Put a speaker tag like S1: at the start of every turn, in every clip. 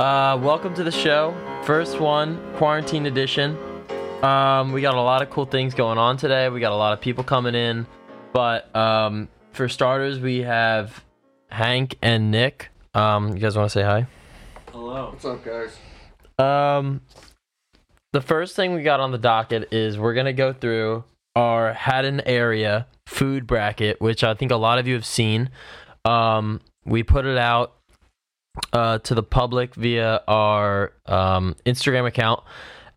S1: Uh, welcome to the show. First one, quarantine edition. Um, we got a lot of cool things going on today. We got a lot of people coming in. But um, for starters, we have Hank and Nick. Um, you guys want to say hi?
S2: Hello.
S3: What's up, guys?
S1: Um, the first thing we got on the docket is we're gonna go through our Haddon area food bracket, which I think a lot of you have seen. Um, we put it out uh, to the public via our um, Instagram account,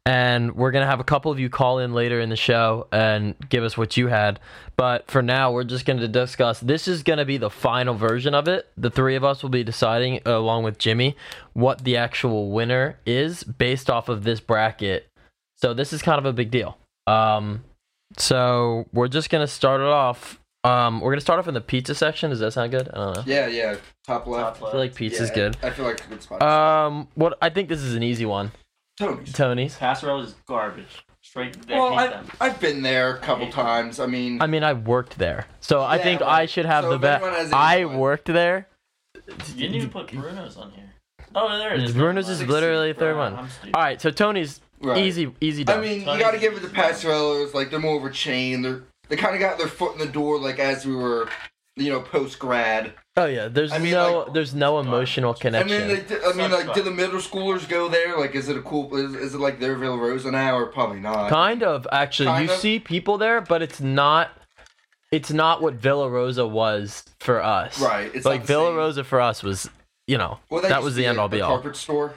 S1: and we're gonna have a couple of you call in later in the show and give us what you had. But for now, we're just gonna discuss. This is gonna be the final version of it. The three of us will be deciding, along with Jimmy, what the actual winner is based off of this bracket. So this is kind of a big deal. Um, so we're just gonna start it off. Um, we're gonna start off in the pizza section. Does that sound good? I don't know.
S3: Yeah, yeah. Top left.
S1: I feel like pizza's
S3: Yeah,
S1: good.
S3: I feel like it's a good spot.
S1: Um, what I think this is an easy one.
S3: Tony's.
S1: Tony's.
S2: Casserole is garbage. Straight there.
S3: Well,
S2: hate
S3: I,
S2: them.
S3: I've been there a couple
S2: hate them.
S3: times. I mean,
S1: I mean, I worked there, so I
S3: Yeah,
S1: think
S3: well,
S1: I should have
S3: so
S1: the
S3: if
S1: best.
S3: anyone has any
S1: I
S3: point-
S1: worked there.
S2: You didn't even put Bruno's on here. Oh, there it is.
S1: Bruno's
S2: Never
S1: is
S2: mind.
S1: literally the third
S2: Bruno,
S1: one.
S2: I'm stupid.
S1: All right, so Tony's
S3: right.
S1: easy, easy.
S3: I
S1: Done.
S3: mean, you
S2: Tony's
S3: got to give it to
S2: is fine.
S3: Pastorellos. Like they're more of a chain. They're they kind of got their foot in the door. Like as we were, you know, post grad.
S1: oh yeah, there's
S3: I mean,
S1: no,
S3: like-
S1: there's no emotional
S3: I
S1: connection.
S3: mean, they, did- I mean,
S2: Sucks,
S3: like, do
S2: but-
S3: the middle schoolers go there? Like, is it a cool? Is, is it like their Villa Rose an hour? Probably not.
S1: Kind of actually.
S3: Kind
S1: you
S3: of.
S1: see people there, but it's not it's not what Villa Rosa was for us.
S3: Right, it's not
S1: like
S3: the
S1: Villa
S3: same.
S1: Rosa for us was, you know,
S3: Well,
S1: that
S3: used
S1: was
S3: to
S1: the end
S3: at
S1: all be all.
S3: Carpet store.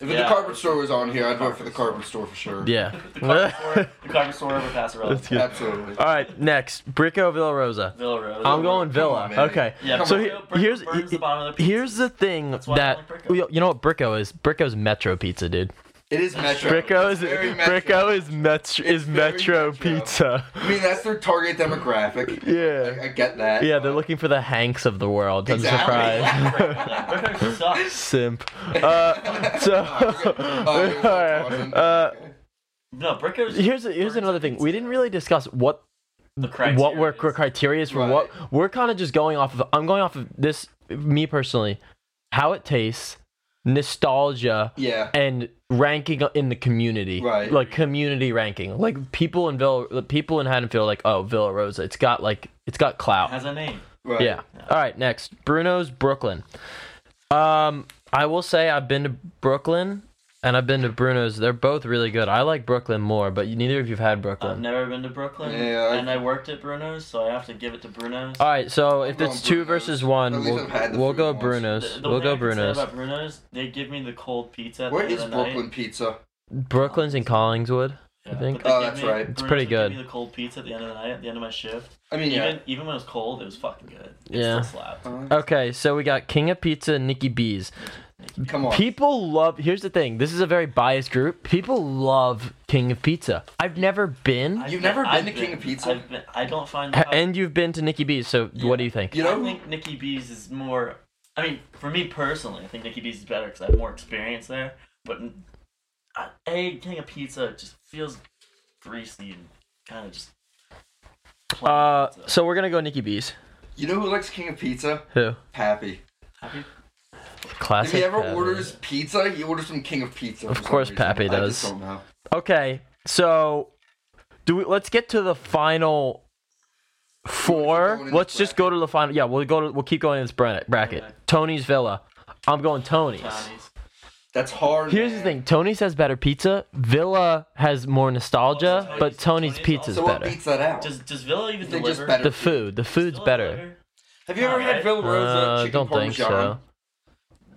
S3: If
S2: Yeah.
S3: the carpet store was on here, I'd vote for the
S2: Carpet
S3: carpet store for sure.
S1: Yeah.
S2: The carpet store, the carpet store over Casserole.
S1: That's good.
S3: Absolutely.
S1: All right, next, Brico Villa Rosa.
S2: Villa Rose.
S1: I'm going
S3: Come
S1: Villa.
S3: on, man.
S1: okay.
S2: Yeah,
S1: so
S2: Brico-
S1: he-
S2: Brico
S1: here's
S2: burns the bottom of the pizza.
S1: here's the thing
S2: why I
S1: that
S2: like Brico.
S1: you you know what Brico is. Brico's Metro Pizza, dude.
S3: It is metro.
S1: Brico
S3: It's
S1: is
S3: very metro.
S1: Brico is Metro is
S3: It's very
S1: Metro,
S3: Metro.
S1: Pizza.
S3: I mean, that's their target demographic.
S1: Yeah.
S3: I, I get that.
S1: Yeah, they're
S3: but-
S1: looking for the Hanks of the world. I'm
S3: Exactly.
S1: surprised.
S2: Bruno sucks.
S1: Simp. Uh, so,
S3: Oh, Alright.
S1: uh,
S2: No, Brico's.
S1: here's here's another thing. We didn't really discuss what
S2: The criteria
S1: what were
S2: is-
S1: criteria for what. We're kind of just going off of. I'm going off of this. Me personally, how it tastes, nostalgia,
S3: Yeah.
S1: and ranking in the community.
S3: Right.
S1: Like community ranking. Like people in Villa, people in Haddonfield, are like oh Villa Rosa. It's got like it's got clout.
S2: has a name.
S3: Right.
S1: Yeah. All right, next. Bruno's Brooklyn. Um, I will say I've been to Brooklyn and I've been to Bruno's. They're both really good. I like Brooklyn more, but you- neither of you've had
S2: I've
S1: Brooklyn.
S2: never been to Brooklyn,
S3: Yeah, I-
S2: and I worked at Bruno's, so I have to give it to Bruno's.
S1: All right, so if
S3: I'm
S1: it's
S3: going
S1: two
S3: Bruno's.
S1: versus
S3: At
S1: one,
S3: least
S1: we'll,
S3: I've had the
S1: we'll
S3: food
S1: go
S3: once.
S1: Bruno's.
S2: The- the
S1: We'll
S2: only
S1: go
S2: thing I can say
S1: Bruno's.
S2: About Bruno's, they give me the cold pizza. at
S3: Where
S2: the
S3: is
S2: end of the
S3: Brooklyn
S2: Night.
S3: pizza?
S1: Brooklyn's in Collingswood.
S2: Yeah,
S1: think-
S2: but they
S3: Oh,
S2: give
S3: that's right.
S1: It's pretty
S2: Bruno's would Give
S1: good.
S2: me the cold pizza at the end of the night, at the end of my shift.
S3: I mean, yeah.
S2: Even even when it was cold, it was fucking good. It
S1: Yeah.
S2: Still slapped.
S3: Uh,
S1: Okay, so we got King of Pizza and Nikki B's.
S3: come on.
S1: People love. Here's the thing. This is a very biased group. People love King of Pizza. I've never been,
S2: I've
S3: You've never
S2: I've
S3: been to King of Pizza?
S2: I've been, I don't find. the-
S1: and you've been to Nikki B's. So what do you think?
S3: You
S2: I
S3: know,
S2: think Nikki B's is more. I mean, for me personally, I think Nikki B's is better because I have more experience there. But n- I- a King of Pizza just feels greasy and kind of just. plain
S1: Uh,
S2: pizza.
S1: so we're gonna go Nikki B's.
S3: you know who likes King of Pizza?
S1: Who?
S3: Pappy.
S2: Happy-
S1: Classic.
S3: if he ever
S1: Pappy.
S3: orders pizza, he orders from King of Pizza. for some
S1: course
S3: reason.
S1: Pappy
S3: I just
S1: does.
S3: don't know.
S1: Okay, so do we? Let's get to the final
S3: We're
S1: four.
S3: going in
S1: Let's
S3: this
S1: just go to the final. Yeah, we'll go. To, we'll keep going in this bracket. bracket.
S2: Okay.
S1: Tony's Villa. I'm going Tony's.
S2: Johnny's.
S3: That's hard.
S1: Here's the
S3: man.
S1: thing. Tony's has better pizza. Villa has more nostalgia,
S2: Tony's-
S1: but Tony's,
S2: Tony's
S1: pizza's
S3: So what
S1: better.
S3: beats that out?
S2: Does Does Villa even
S3: They just
S2: deliver?
S3: better.
S1: The food. The
S2: Does
S1: food's
S2: Villa
S1: better.
S2: deliver?
S3: Have you ever had
S2: Alright.
S3: Villa Rosa
S1: Uh,
S3: chicken
S1: don't think
S3: parmesan?
S1: so.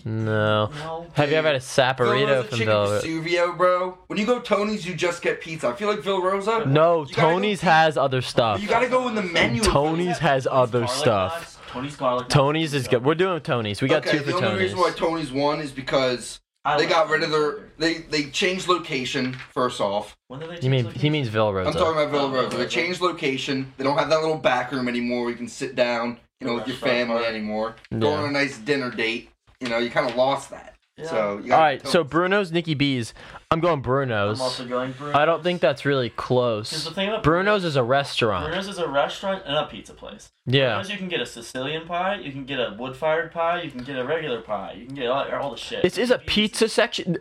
S1: No.
S2: No.
S1: Have you ever had a
S3: Villa
S1: saporito
S3: Rosa
S1: from
S3: chicken
S1: Villa?
S3: Vesuvio, bro. When you go Tony's, you just get pizza. I feel like Villa Rosa.
S1: No,
S3: You gotta go
S1: Tony's
S3: deep.
S1: has other stuff.
S3: You gotta go in the menu. of
S1: Tony's has other
S2: Garlic
S1: stuff.
S2: knots? Tony's garlic. knots.
S1: Tony's is good. We're doing Tony's. We got two
S3: okay,
S1: for
S3: the only
S1: Tony's.
S3: reason why Tony's won is because
S2: I
S3: they
S2: like
S3: got rid of
S2: Tony's.
S3: their they they changed location first off.
S2: When did they
S1: You
S2: change
S1: mean
S2: location?
S1: he means Villa
S3: I'm
S1: Rosa?
S3: talking about Villa
S2: Oh,
S3: Rosa. They changed location. They don't have that little back room anymore where you can sit down, you know, with your
S2: Restaurant
S3: family
S2: part.
S3: anymore.
S1: Yeah.
S3: Go on a nice dinner date. You know, you kind of lost that.
S2: Yeah.
S3: So you
S1: All
S3: gotta
S1: right,
S3: tell
S1: so
S3: me.
S1: Bruno's, Nikki B's. I'm going
S2: I'm also
S1: Bruno's.
S2: going Bruno's.
S1: I don't think that's really
S2: Because the
S1: close.
S2: thing about
S1: Bruno's is a restaurant.
S2: Bruno's is a restaurant and a pizza place.
S1: Yeah.
S2: Bruno's, you can get a Sicilian pie, you can get a wood-fired pie, you can get a regular pie, you can get all, all the shit.
S1: This is a
S2: Nikki B's-
S1: pizza section.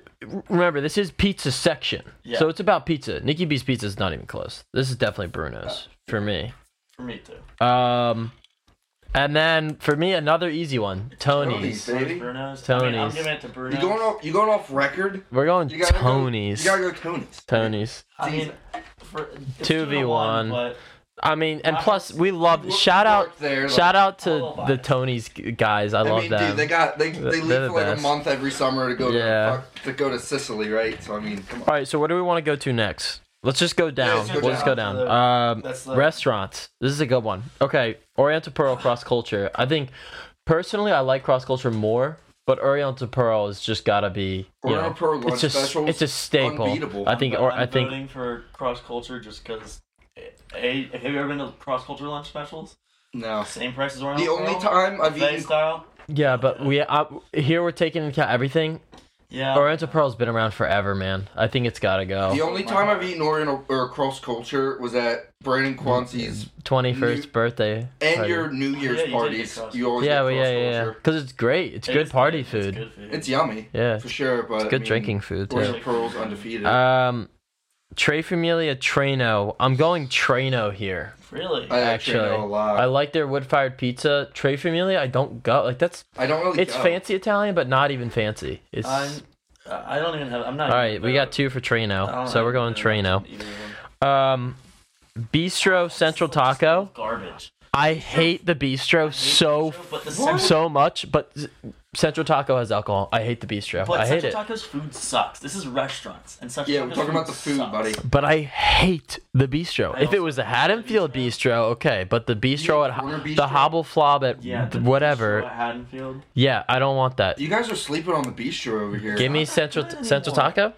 S1: Remember, this is pizza section.
S2: Yeah.
S1: So it's about pizza. Nikki B's pizza is not even close. This is definitely Bruno's for me.
S2: For me too.
S1: Um, and then for me, another easy one, Tony's.
S3: Tony's. Baby.
S2: Bruno's. I mean, I'm
S1: Tony's.
S2: giving it to Bruno's.
S3: you going off you going off record.
S1: We're going
S3: You gotta
S1: Tony's.
S3: Go, you gotta go Tony's.
S1: Tony's.
S2: I mean, for, it's
S1: Two v
S2: to
S1: one.
S2: but
S1: I mean, and
S2: Wow.
S1: plus we
S3: You
S1: love.
S3: work-
S1: Shout
S3: you
S1: out.
S3: work There,
S1: Shout out
S2: I
S1: to
S2: love
S1: the
S2: it.
S1: Tony's g- guys. I
S3: I
S1: love
S3: mean, dude,
S1: them.
S3: they got they,
S1: They're-
S3: they leave
S1: they're
S3: for
S1: the
S3: like
S1: best.
S3: a month every summer to go to
S1: Yeah.
S3: fuck- to go to Sicily, right? So I mean, come on.
S1: All right, so what do we want to go to next? Let's just go down.
S3: let's go
S1: we'll just go
S2: down.
S1: down. Um,
S2: that's the
S1: Restaurants. This is a good one. Okay, Oriental Pearl Cross Culture. I think personally, I like Cross Culture more, but Oriental Pearl has just gotta be. You
S3: Oriental
S1: know,
S3: Pearl
S1: it's
S3: lunch
S1: just
S3: specials,
S1: it's a staple.
S3: unbeatable.
S1: I think.
S2: I'm-
S1: Or
S2: I'm
S1: I think.
S2: voting for cross culture just because. A, have you ever been to cross culture lunch specials?
S3: No,
S2: Same price as Oriental.
S3: the only
S2: Pearl?
S3: time I've
S2: Buffet
S3: eaten
S2: style.
S1: Yeah, but we I, here we're taking into account everything.
S2: Yeah.
S1: Oriental Pearl's been around forever, man. I think it's gotta
S3: Uh, the
S1: go.
S3: only time I've eaten Oriental or cross culture was at Brandon Quancy's
S1: Twenty first birthday.
S3: and
S1: party.
S3: your New Year's
S2: you did get
S3: parties.
S2: cross-
S3: You always
S1: Mm-hmm. Yeah,
S3: get
S1: well, yeah,
S3: cross
S1: yeah, yeah.
S3: culture.
S1: Because it's great. It's
S2: It
S1: good
S2: is
S1: party
S2: it's
S1: food.
S2: good food.
S3: It's yummy
S1: Yeah,
S3: for sure, but
S1: it's
S3: I
S1: good
S3: mean,
S1: drinking food too.
S3: Oriental Pearl's undefeated.
S1: Um, Trey Familia Trano. I'm going Trano here.
S2: Really?
S3: I actually,
S1: actually,
S3: know a lot.
S1: I like their wood fired pizza. Trey Familia, I don't go like that's.
S3: I don't really.
S1: It's
S3: go.
S1: fancy Italian, but not even fancy. It's
S2: I'm, I don't even have. I'm not.
S1: all right. We got two for Trano, so we're going Trano. Um, Bistro Central Taco.
S2: Garbage.
S1: I hate the Bistro so
S2: But the
S1: f-
S2: Central,
S1: so much, but s- Central Taco has alcohol. I hate the Bistro.
S2: but
S1: I hate
S2: Central
S1: it.
S2: Taco's food sucks. This is restaurants and Central
S3: Yeah, we're
S2: Taco's
S3: talking about the food,
S2: sucks.
S3: buddy.
S1: But I hate the bistro.
S2: I
S1: if it
S2: also
S1: was the
S2: hate
S1: Haddonfield
S2: the
S1: bistro, okay, but the bistro at
S3: corner
S1: Ho- the
S3: bistro?
S1: Hobble Flob at
S2: Yeah. the
S1: whatever,
S2: Bistro at Haddonfield.
S1: yeah, I don't want that.
S3: You guys are sleeping on the bistro over here.
S1: Give me
S2: not
S1: Central
S2: good
S1: Central
S2: anymore.
S1: Taco.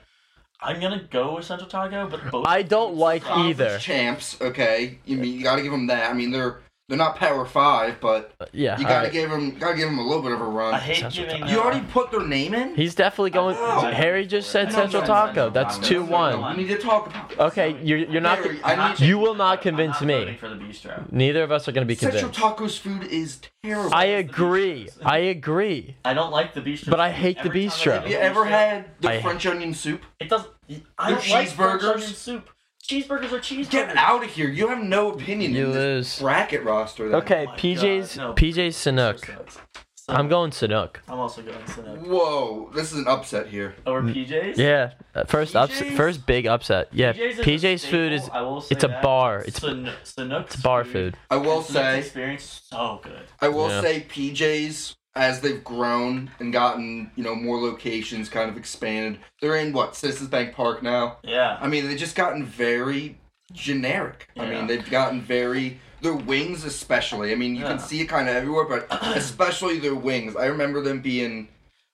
S2: I'm gonna go with Central Taco, but both.
S1: I don't like
S3: Conference
S1: either.
S3: champs. Okay, you mean you got to give them that. I mean they're they're not power five, but
S1: Yeah,
S3: you
S1: all
S3: got to
S1: right.
S3: give them got to give them a little bit of a run.
S2: I hate
S1: Central
S2: giving.
S1: Taco.
S3: you
S2: uh,
S3: already put their name in.
S1: he's definitely going.
S3: know.
S1: Harry just
S2: I
S1: said
S2: know
S1: Central
S2: Central
S1: Taco.
S2: Taco.
S1: That's
S2: I know
S1: two
S2: Central
S1: one.
S2: Taco.
S3: We need to talk about. It.
S1: Okay, you're you're not.
S3: Harry,
S1: con-
S3: I-
S2: I'm not
S1: You
S2: taking
S1: will
S2: Central
S1: not
S2: Taco.
S1: convince
S2: I'm
S1: me.
S2: not voting for the bistro.
S1: Neither of us are going to be
S3: Central
S1: convinced.
S3: Taco's food is terrible.
S1: I agree. I agree.
S2: I don't like the bistro.
S1: But I hate the
S2: Every time I
S1: bistro.
S2: go to
S3: Have you
S2: the
S3: ever
S2: bistro-
S3: had the
S1: I-
S3: French onion soup?
S2: It doesn't. I
S3: Your
S2: don't like French
S3: cheeseburgers?
S2: onion soup. Cheeseburgers are cheeseburgers.
S3: Get out of here! You have no opinion
S1: You
S3: in this
S1: lose.
S3: bracket roster. Then.
S1: Okay,
S2: Oh my
S1: PJ's
S2: God, no.
S1: PJ's
S2: Bistro
S1: Sanook.
S2: sucks. So,
S1: I'm going Sanook.
S2: I'm also going Sanook.
S3: Whoa, this is an upset here.
S2: Over PJ's.
S1: Mm. Yeah, uh, first upset,
S3: PJ's?
S1: first big upset. Yeah,
S2: PJ's, is a
S1: PJ's food
S2: staple,
S1: is
S2: I will say
S1: it's a
S2: that.
S1: bar. It's-
S2: San- Sanook's
S1: it's bar food.
S3: I will
S2: Sanook's
S3: say.
S2: experience is so good.
S3: I will
S1: Yeah.
S3: say PJs as they've grown and gotten you know more locations, kind of expanded. They're in what Citizens Bank Park now.
S2: Yeah.
S3: I mean, they've just gotten very generic. I
S2: Yeah.
S3: mean, they've gotten very their wings, especially. I mean, you can
S2: Yeah.
S3: see it kind of everywhere, but especially their wings. I remember them being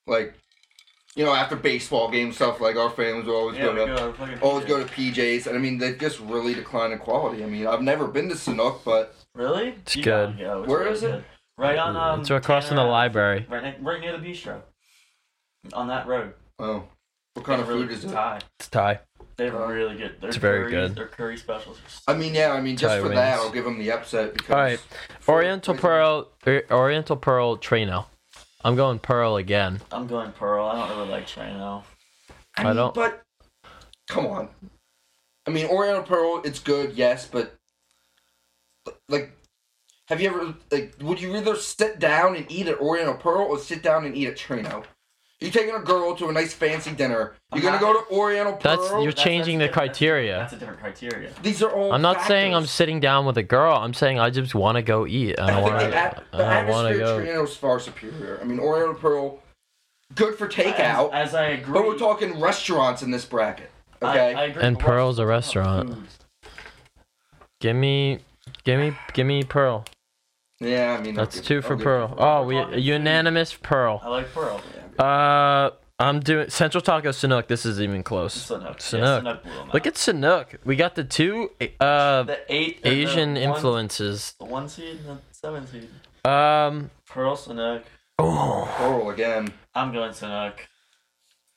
S3: like, you know, after baseball game stuff. Like our families would always
S2: yeah,
S3: go
S2: we
S3: to.
S2: go to fucking
S3: Always go
S2: PJ's.
S3: to PJs, and I mean they've just really declined in quality. I mean I've never been to Sanook, but
S2: Really?
S1: It's
S2: You gotta
S1: good.
S2: go.
S3: Where
S2: really
S3: is it?
S2: good. Right on. Um,
S1: it's across from the
S2: Tanner Ave.
S1: library.
S2: Right, ne- right near the bistro. On that road.
S3: oh, what kind of
S2: really
S3: food is
S2: good
S3: it?
S2: Thai.
S1: It's Thai.
S2: They're
S3: Uh,
S2: really good. They're
S1: it's very good.
S2: Their curry specials are so
S3: I mean, yeah. I mean, just
S1: Thai
S3: for
S1: wings.
S3: that, I'll give him the upset. Because
S1: All right,
S3: for-
S1: Oriental Pearl, or- Oriental Pearl Trino. I'm going Pearl again.
S2: I'm going Pearl. I don't really like Trino.
S1: I
S3: I, mean,
S1: don't-
S3: But come on. I mean, Oriental Pearl. It's good, yes, but like, have you ever like? Would you rather sit down and eat at Oriental Pearl or sit down and eat at Trino? You taking a girl to a nice fancy dinner.
S2: I'm
S3: You're gonna
S2: not-
S3: go to Oriental Pearl.
S1: That's you're changing the criteria.
S2: That's a different criteria.
S3: These are all.
S1: I'm not saying I'm
S3: factors.
S1: sitting down with a girl. I'm saying I just want to go eat. I
S3: I
S1: don't
S3: think
S1: want
S3: the, at-
S1: to.
S3: the
S1: I don't want to
S3: atmosphere at
S1: go.
S3: Trino is far superior. I mean, Oriental Pearl, good for takeout.
S2: As, as I agree.
S3: But we're talking restaurants in this bracket.
S2: I-
S3: Okay.
S2: I agree,
S1: And
S2: but
S1: Pearl's a
S2: restaurants
S1: restaurant.
S2: have
S1: Give me, give me, give me Pearl.
S3: yeah, I mean
S1: That's
S3: I'll
S1: two
S3: give-
S1: for
S3: I'll give-
S1: Pearl. Oh, we
S2: Talking
S1: unanimous
S2: food.
S1: Pearl.
S2: I like Pearl.
S1: Uh, I'm doing Central Taco Sanook. This is even close.
S2: Sanuk.
S1: Sanuk.
S2: Yeah, Sanuk blew 'em
S1: Look
S2: out.
S1: at Sanook. We got the two uh
S2: the eight and the
S1: Asian
S2: one-
S1: influences.
S2: The one seed and the seven seed.
S1: Um
S2: Pearl Sanuk.
S1: oh,
S3: Pearl again.
S2: I'm going Sanuk.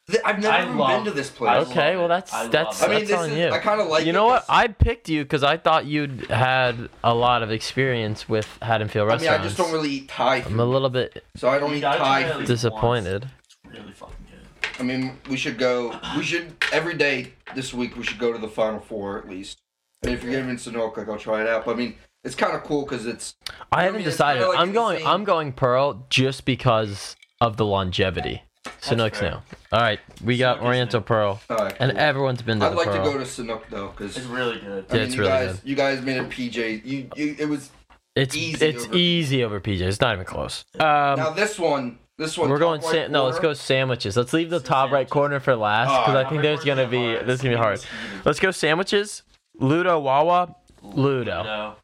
S3: Th- I've never
S2: I
S3: even
S2: love-
S3: been to this
S2: I
S3: place.
S2: love
S1: Okay, well
S2: it.
S1: that's
S2: I love
S1: that's
S2: it.
S3: I mean,
S1: that's
S3: this
S1: on
S3: is-
S1: you.
S3: I kinda like
S1: You know
S3: it.
S1: what? I picked you because I thought you'd had a lot of experience with Haddonfield
S3: I mean,
S1: restaurants.
S3: I just don't really eat Thai
S1: I'm a
S3: food,
S1: little bit
S3: so I don't eat
S2: Yeah, I
S3: Thai
S2: try
S3: food.
S2: to-
S1: disappointed.
S2: Really fucking good.
S3: I mean, we should go. We should every day this week. We should go to the Final Four at least. And if you're giving in Sanoka, like, I'll try it out. But I mean, it's kind of cool because it's.
S1: I
S3: I
S1: haven't
S3: mean, it's kinda
S1: decided.
S3: like
S1: I'm
S3: the
S1: going.
S3: same-
S1: I'm going Pearl just because of the longevity. So no,
S2: That's fair.
S1: now. All right, we got
S2: Sanook's now.
S1: Oriental Pearl,
S3: Uh,
S1: and everyone's been to
S3: I'd
S1: the
S3: like
S1: Pearl.
S3: to go to Sanok though because.
S2: It's really good.
S3: I mean,
S1: it's
S3: you
S1: really
S3: guys, you guys made it PJ. You, you, it was
S1: it's
S3: easy
S1: it's
S3: over-
S1: easy over PJ. It's not even close.
S3: now
S1: Um,
S3: this one. This one.
S1: we're going.
S3: top right
S1: Sa- no, let's
S3: corner.
S1: go sandwiches. Let's leave the
S2: Let's go
S1: top right
S2: sandwiches. Ah.
S1: corner for last
S3: Oh,
S1: because I
S3: top
S1: think
S2: right
S1: there's
S2: corner's
S1: gonna be
S2: gonna be hard.
S1: this is gonna be hard.
S2: It's easy.
S1: Let's go sandwiches. Ludo Wawa. Ludo.
S2: No.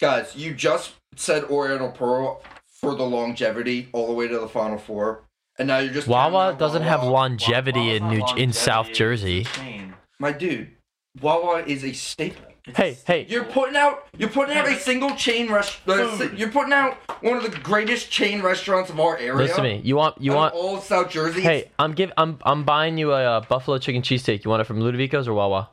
S3: Guys, you just said Oriental Pearl for the longevity all the way to the Final Four, and now you're just counting
S1: Wawa
S3: out
S1: doesn't have
S3: Wawa.
S1: longevity
S2: Wawa's
S1: in
S2: not
S1: New in
S2: longevity,
S1: South
S2: it's
S1: Jersey.
S2: a chain.
S3: My dude, Wawa is a staple.
S2: It's-
S1: Hey, hey,
S3: You're putting out you're putting out a single chain restaurant.
S2: Food.
S3: You're putting out one of the greatest chain restaurants of our area.
S1: listen to me. You want you
S3: Out
S1: want
S3: of all of South Jersey?
S1: Hey, I'm give I'm I'm buying you a uh, buffalo chicken cheesesteak. You want it from Ludovico's or Wawa?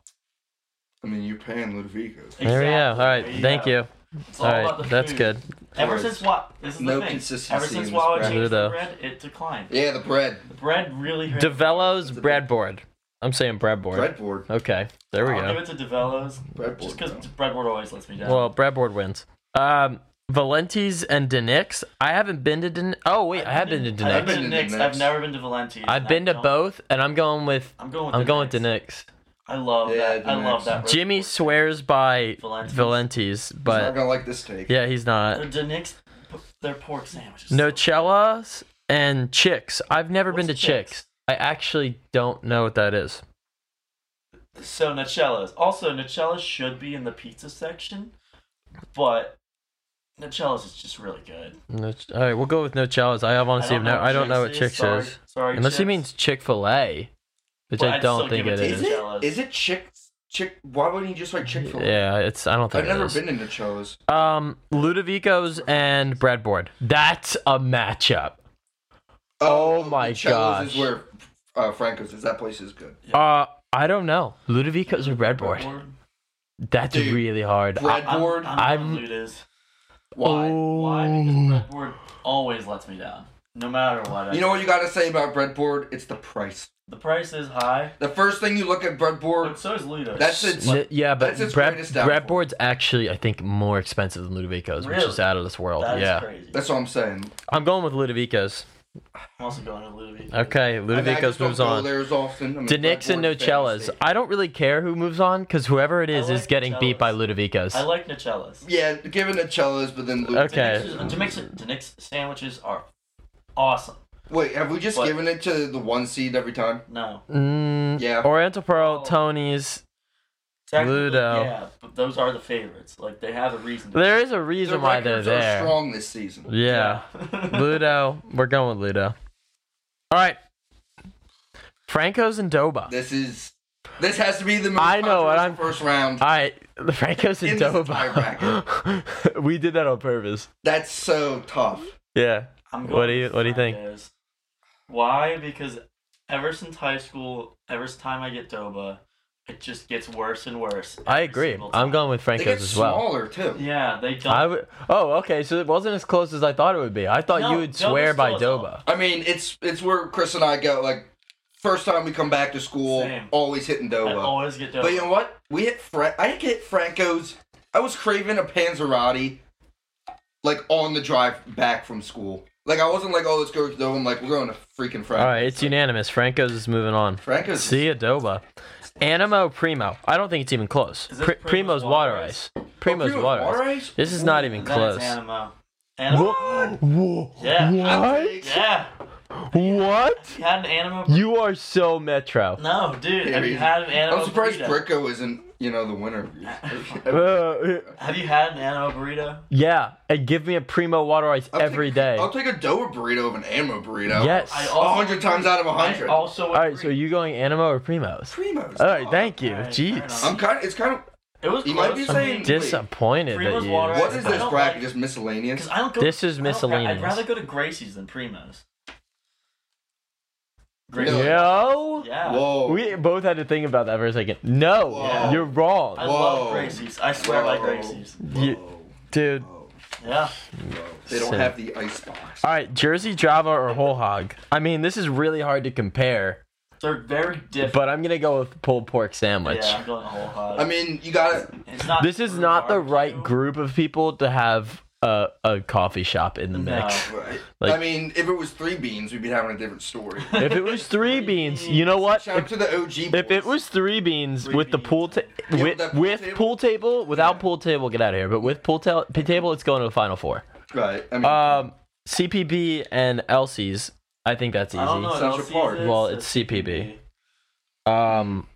S3: I mean, you're paying Ludovico's.
S1: There we go. All
S2: Exactly,
S1: right,
S2: there you
S1: thank
S2: go.
S1: you.
S2: It's
S1: All
S2: all about the
S1: right, that's
S2: food.
S1: good.
S2: Ever since what? This is
S3: No
S2: the thing.
S3: consistency
S2: Ever
S3: in
S2: since
S3: this
S2: Wawa
S3: bread.
S2: changed
S1: Ludo.
S2: the bread, it declined.
S3: Yeah, the bread,
S2: The bread really hurt.
S1: Develo's breadboard. I'm saying breadboard.
S3: breadboard,
S1: Okay, there we
S2: I'll give
S1: go.
S2: it to Develo's.
S3: breadboard.
S2: Just
S3: bro.
S2: because breadboard always lets me down.
S1: Well, breadboard wins. Um, Valenti's and Denix. I haven't been to Den. Oh wait, I have been to
S2: I've
S1: Denix.
S2: been to
S3: I've been
S2: Nick's.
S3: to
S2: I've
S3: Nick's.
S2: never been to Valenti's.
S1: I've
S2: I
S1: been to
S2: don't-
S1: both, and I'm going with
S2: I'm going. With
S1: I'm
S2: the
S1: going to
S2: Nick's.
S1: Denix.
S2: I love
S3: Yeah,
S2: that. I
S3: the
S2: love
S3: Nick's.
S2: that.
S1: Jimmy
S2: restaurant.
S1: swears by
S2: Valenti's.
S1: Valenti's,
S3: He's not
S1: but
S3: gonna like this steak.
S1: yeah, he's not.
S2: Their- The Nick's, their pork sandwiches.
S1: Nocellas and Chicks. I've never been to
S2: What's
S1: Chicks.
S2: Chicks?
S1: I actually don't know what that is.
S2: So Nicellas. Also, Nicellas should be in the pizza section, but Nicellas is just really good.
S1: No, all right, we'll go with Nocellas. I honestly have
S2: don't
S1: no.
S2: know
S1: I don't know what Chicks
S2: Chicks is. Sorry-
S1: is,
S2: sorry,
S1: unless he
S2: Chicks.
S1: means Chick Fil A, which
S2: Well,
S1: I
S2: I'd
S1: don't
S2: still
S1: think it
S2: give it
S1: is.
S3: Is
S2: to
S3: it?
S2: Nicellas.
S3: Is it chick? Chick? Why wouldn't you just like Chick Fil A?
S1: Yeah, it's. I don't think
S3: I've
S1: it
S3: never
S1: is.
S3: been to Nicholas.
S1: Um, Ludovico's and Breadboard. That's a matchup. Oh my
S3: Nicholas
S1: gosh.
S3: is where uh, Franco's is. That place is good.
S1: Uh, I don't know. Ludovico's or Breadboard. That's
S3: Dude,
S1: really hard. I-
S3: Breadboard.
S2: I'm, I'm,
S1: I'm-
S2: I'm Luda's.
S3: why?
S2: Why?
S1: Oh.
S2: Because breadboard always lets me down, no matter what. I
S3: You
S2: do.
S3: know what you gotta say about breadboard? It's the price.
S2: the price is high,
S3: The first thing you look at
S2: but
S3: breadboard,
S2: so is Luda's.
S3: that's its
S1: N- yeah, but
S3: That's its
S1: bread,
S3: greatest downfall.
S1: breadboard's actually I think more expensive than Ludovico's, which
S2: Really?
S1: is out of this world.
S2: That is
S1: yeah,
S2: crazy.
S3: That's what I'm saying.
S1: I'm going with Ludovico's.
S2: I'm also going to Ludovico's.
S1: Okay,
S3: I mean, I
S1: Ludovico's
S3: just don't
S1: moves
S3: go
S1: on.
S3: There as often. I'm a
S1: Denix and
S3: breadboard fan,
S1: Nocellas.
S3: so-
S1: I don't really care who moves on because whoever it
S2: I
S1: is is
S2: like
S1: getting beat by
S2: Nucellas.
S1: Ludovico's.
S2: I like Nicellas.
S3: Yeah, give it Nicholas, but then Luke.
S1: Okay.
S2: Denix's- Denix, Denix sandwiches are awesome.
S3: Wait, have we just
S2: What?
S3: given it to the one seed every time?
S2: No.
S1: Mm,
S3: Yeah.
S1: Oriental Pearl,
S2: Oh.
S1: Tony's.
S2: Technically,
S1: Ludo.
S2: Yeah, but those are the favorites. Like, they have a reason. to-
S1: There is a reason
S3: Their
S1: why they're
S3: records are
S1: there.
S3: strong this season.
S1: Yeah. Ludo. We're going with Ludo. All right. Franco's and Doba.
S3: This is. This has to be the most
S1: I know what I'm-
S3: controversial first round.
S1: All right. The Franco's and
S3: In this entire
S1: Doba. we did that on purpose.
S3: That's so tough.
S1: Yeah.
S2: I'm
S1: What
S2: going
S1: do you-
S2: with
S1: what do you think?
S2: Fernandez. Why? Because ever since high school, every time I get Doba, it just gets worse and worse.
S1: I
S2: every
S1: agree.
S2: single
S1: I'm
S2: time.
S1: going with
S3: They get
S1: Franco's as well.
S3: smaller too.
S2: Yeah, they don't.
S1: I would. Oh, okay. So it wasn't as close as I thought it would be. I thought
S2: No,
S1: you would
S2: Doba's
S1: swear by
S2: still
S1: Doba.
S2: a
S3: I mean, it's it's where Chris and I go. Like, first time we come back to school,
S2: Same.
S3: always hitting
S2: I
S3: Doba.
S2: always get Doba.
S3: But you know what? We hit Fra- I hit Franco's. I was craving a Panzerati, like on the drive back from school. Like I wasn't like, oh, let's go to Dover. I'm like, we're going to freaking Franco's.
S1: All right, it's unanimous. Franco's is moving on.
S3: Franco's.
S1: See Adoba. Animo Primo. I don't think it's even close.
S2: Is this
S1: Pri- Primo's
S2: Primo's
S1: water
S2: water
S1: ice. Primo's
S3: Oh, Primo's
S1: water
S3: water
S1: ice.
S3: ice?
S1: This is not even
S2: And then it's
S1: close.
S2: Animo. Animo.
S1: Whoa.
S2: Yeah.
S1: What?
S2: Yeah.
S1: What?
S2: You had an Animo.
S1: You are so metro.
S2: No, dude. Have
S3: Yeah,
S2: you
S3: he's-
S2: had an Animo
S3: I'm surprised
S2: burrito?
S3: Brico isn't, you know, the winner.
S1: Uh,
S2: Have you had an Animo burrito?
S1: yeah, and give me a Primo water ice
S3: I'll
S1: every
S3: take-
S1: day.
S3: I'll take a Dover burrito of an Ammo burrito.
S1: Yes.
S2: I
S1: All
S2: also-
S3: A hundred times out of a
S2: I
S3: hundred.
S2: also
S1: right,
S2: agree.
S1: so you going Animo or Primo's?
S3: Primo's.
S1: All right,
S3: dog.
S1: thank you.
S2: All right, fair
S1: Jeez.
S2: enough.
S3: I'm kind. Of, it's kind of.
S2: It was
S3: You might
S2: close
S3: be
S2: to
S3: saying-
S2: me.
S1: Disappointed that
S2: Primo's
S1: you.
S2: water ice
S3: What is
S2: I
S3: this
S2: don't
S3: bracket?
S2: like-
S3: Just
S2: Because
S3: miscellaneous.
S2: I don't go.
S1: This is
S2: I don't- I'd
S1: miscellaneous.
S2: rather go to Gracie's than Primo's. Great.
S3: No.
S1: Yo.
S2: Yeah.
S3: Whoa.
S1: We both had to think about that for a second. No,
S3: Whoa.
S1: you're wrong,
S2: I
S3: Whoa.
S2: love Gracie's. I swear by
S3: Whoa.
S2: Gracie's.
S3: Whoa.
S1: You- dude.
S3: Whoa.
S2: Yeah.
S3: Whoa. They don't
S1: Sick.
S3: have the ice box.
S1: All right, Jersey Java or whole hog? I mean, this is really hard to compare,
S2: They're very different.
S1: but I'm gonna go with pulled pork sandwich.
S2: yeah, I'm going whole hog.
S3: I mean, you gotta.
S2: It's not
S1: This is
S2: true
S1: not the
S2: barbecue.
S1: right group of people to have a, a coffee shop in the
S2: No.
S1: mix.
S3: Right.
S1: Like-
S3: I mean, if it was three beans, we'd be having a different story.
S1: If it was three beans, you know what?
S3: Shout out
S1: If,
S3: to the OG.
S1: if it
S3: boys.
S1: was three beans
S2: Three
S1: with the
S2: beans.
S1: pool ta-
S3: with
S1: with
S3: that pool
S1: with
S3: table?
S1: pool table without
S3: Yeah.
S1: pool table, get out of here. But with pool ta- table, it's going to the final four.
S3: right, I mean,
S1: Um, CPB and Elsie's. I think that's easy.
S2: I don't know. what
S3: Central
S2: else
S3: Park.
S2: it is.
S1: Well, it's CPB. Um,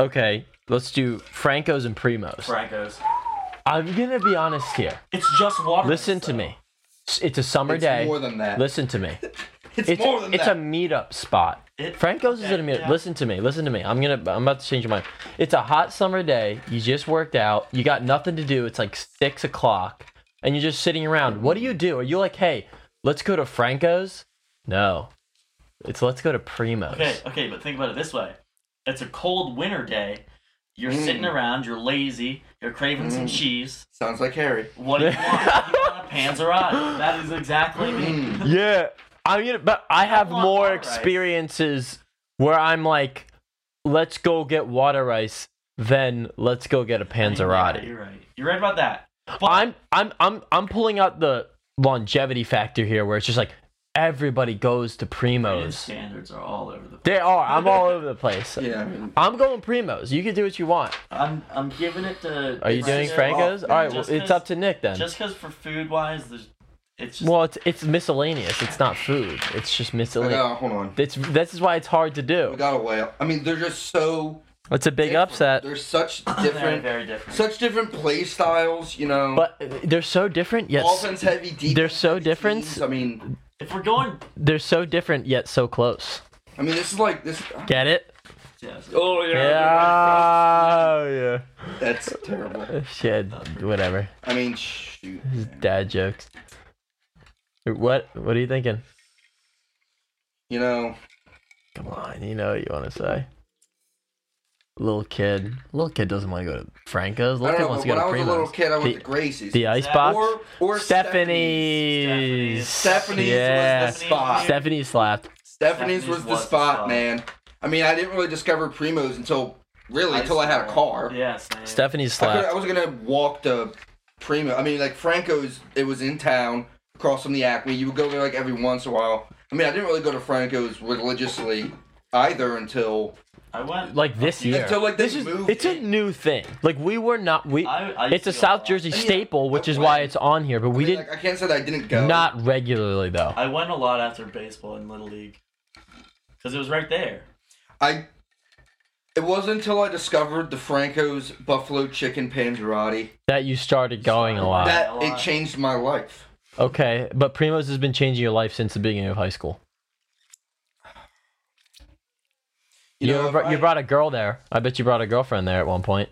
S1: okay, let's do Franco's and Primos.
S2: Franco's.
S1: I'm gonna be honest here.
S2: It's just water.
S1: Listen to me. S- It's a summer
S3: it's
S1: day.
S3: more than that.
S1: Listen to me.
S3: it's,
S1: It's
S3: more than
S1: it's
S3: that.
S1: a meetup spot.
S2: It-
S1: Franco's is
S2: yeah,
S1: in a meetup.
S2: yeah.
S1: Listen to me. Listen to me. I'm gonna. I'm about to change your mind. It's a hot summer day. You just worked out. You got nothing to do. It's like six o'clock, and you're just sitting around. What do you do? Are you like, hey, let's go to Franco's? No. It's let's go to Primos.
S2: Okay, okay, but think about it this way: it's a cold winter day. You're
S3: Mm.
S2: sitting around. You're lazy. You're craving some cheese.
S3: Sounds like Harry.
S2: What do you want? you want a panzerati. That is exactly
S3: Mm.
S2: me.
S1: Yeah, I mean, but I have
S2: want
S1: more
S2: water ice.
S1: experiences where I'm like, let's go get water ice than let's go get a
S2: Yeah,
S1: Panzerati.
S2: you're right. You're right about that.
S1: I'm I'm I'm I'm pulling out the longevity factor here, where it's just like everybody goes to
S2: His
S1: Primos.
S2: standards are all over the. place.
S1: They are. I'm all over the place.
S3: Yeah, I mean,
S1: I'm going Primos. You can do what you want.
S2: I'm I'm giving it to.
S1: Are you doing Franco's?
S3: Oh,
S1: All right, well,
S2: just
S1: it's
S2: 'cause-
S1: up to Nick then.
S2: Just because for food wise, there's, it's just
S1: Well, it's it's miscellaneous. It's not food. It's just
S3: I
S1: miscellaneous.
S3: gotta, uh, hold on.
S1: It's this is why it's hard to
S3: We
S1: do.
S3: got to whale. I mean, they're just so
S1: It's a big
S3: different.
S1: upset.
S3: They're such
S2: they're
S3: different,
S2: very different.
S3: such different play styles. You know,
S1: But they're so different yet s-
S3: offense heavy, defense.
S1: they're so
S3: heavy
S1: different.
S3: teams. I mean,
S2: if we're going,
S1: they're so different yet so close.
S3: I mean, this is like this. ah,
S1: Get it?
S2: yes,
S3: Oh
S1: Yeah. Oh,
S3: That's terrible.
S1: Shit. Whatever.
S3: I mean, shoot. man.
S1: Dad jokes. What? What are you thinking?
S3: You know,
S1: Come on. You know what you want to say. Little kid. Little kid doesn't want to go to Franco's.
S3: I
S1: Little
S3: don't
S1: kid
S3: know.
S1: wants
S3: But
S1: to go to
S3: when I was a little
S1: Primo's.
S3: kid, I went
S1: The-
S3: to Gracie's.
S1: The ice box.
S3: Or, or
S1: Stephanie's.
S3: Stephanie's
S1: Yeah.
S3: was the spot.
S1: Stephanie slapped.
S3: Stephanie's was the spot, man. I mean, I didn't really discover Primos until really until I had a car.
S2: Yes. man.
S1: Stephanie
S3: I, could, I
S1: slapped.
S3: was gonna walk to Primo. I mean, like Franco's, it was in town across from the Acme. You would go there like every once in a while. I mean, I didn't really go to Franco's religiously either until
S2: I went.
S1: Like this year.
S3: until like they
S1: This is
S3: moved.
S1: it's a
S3: in.
S1: new thing. Like we were not we.
S2: I, I used
S1: It's a
S2: to go
S1: South
S2: lot.
S1: Jersey
S3: Yeah,
S1: staple, which
S3: I
S1: is why
S3: went.
S1: it's on here. But we
S3: I mean,
S1: didn't
S3: like, I can't say that I didn't go.
S1: not regularly though.
S2: I went a lot after baseball in Little League because it was right there.
S3: I. It wasn't until I discovered the Franco's Buffalo Chicken Panzerati
S1: That you started going a lot.
S3: that
S2: a
S3: it
S2: lot.
S3: changed my life.
S1: okay, but Primos has been changing your life since the beginning of high school. You,
S3: know, if
S1: br- you
S3: I-
S1: brought a girl there. I bet you brought a girlfriend there at one point.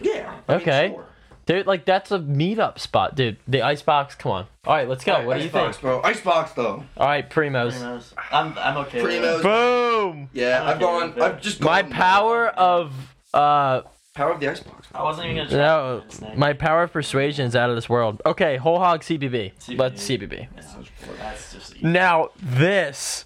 S3: Yeah. I mean,
S1: Okay.
S3: sure.
S1: Dude, like that's a meetup spot, dude. The icebox, come on. All right, let's go.
S3: Alright,
S1: what do you
S3: Icebox,
S1: think?
S3: bro? Icebox though.
S1: All right, Primos.
S2: Primos. I'm I'm okay.
S3: Primos.
S2: With
S1: Boom.
S3: Yeah,
S2: I
S3: I've
S2: don't
S3: gone.
S2: care.
S3: I've just gone
S1: My power of uh
S3: Power of the icebox.
S2: it. I wasn't even gonna. Try
S1: no,
S2: It's not-
S1: my power of persuasion is out of this world. Okay, whole hog CBB.
S2: CBB.
S1: Let's CBB.
S2: No, That's just
S1: Now this,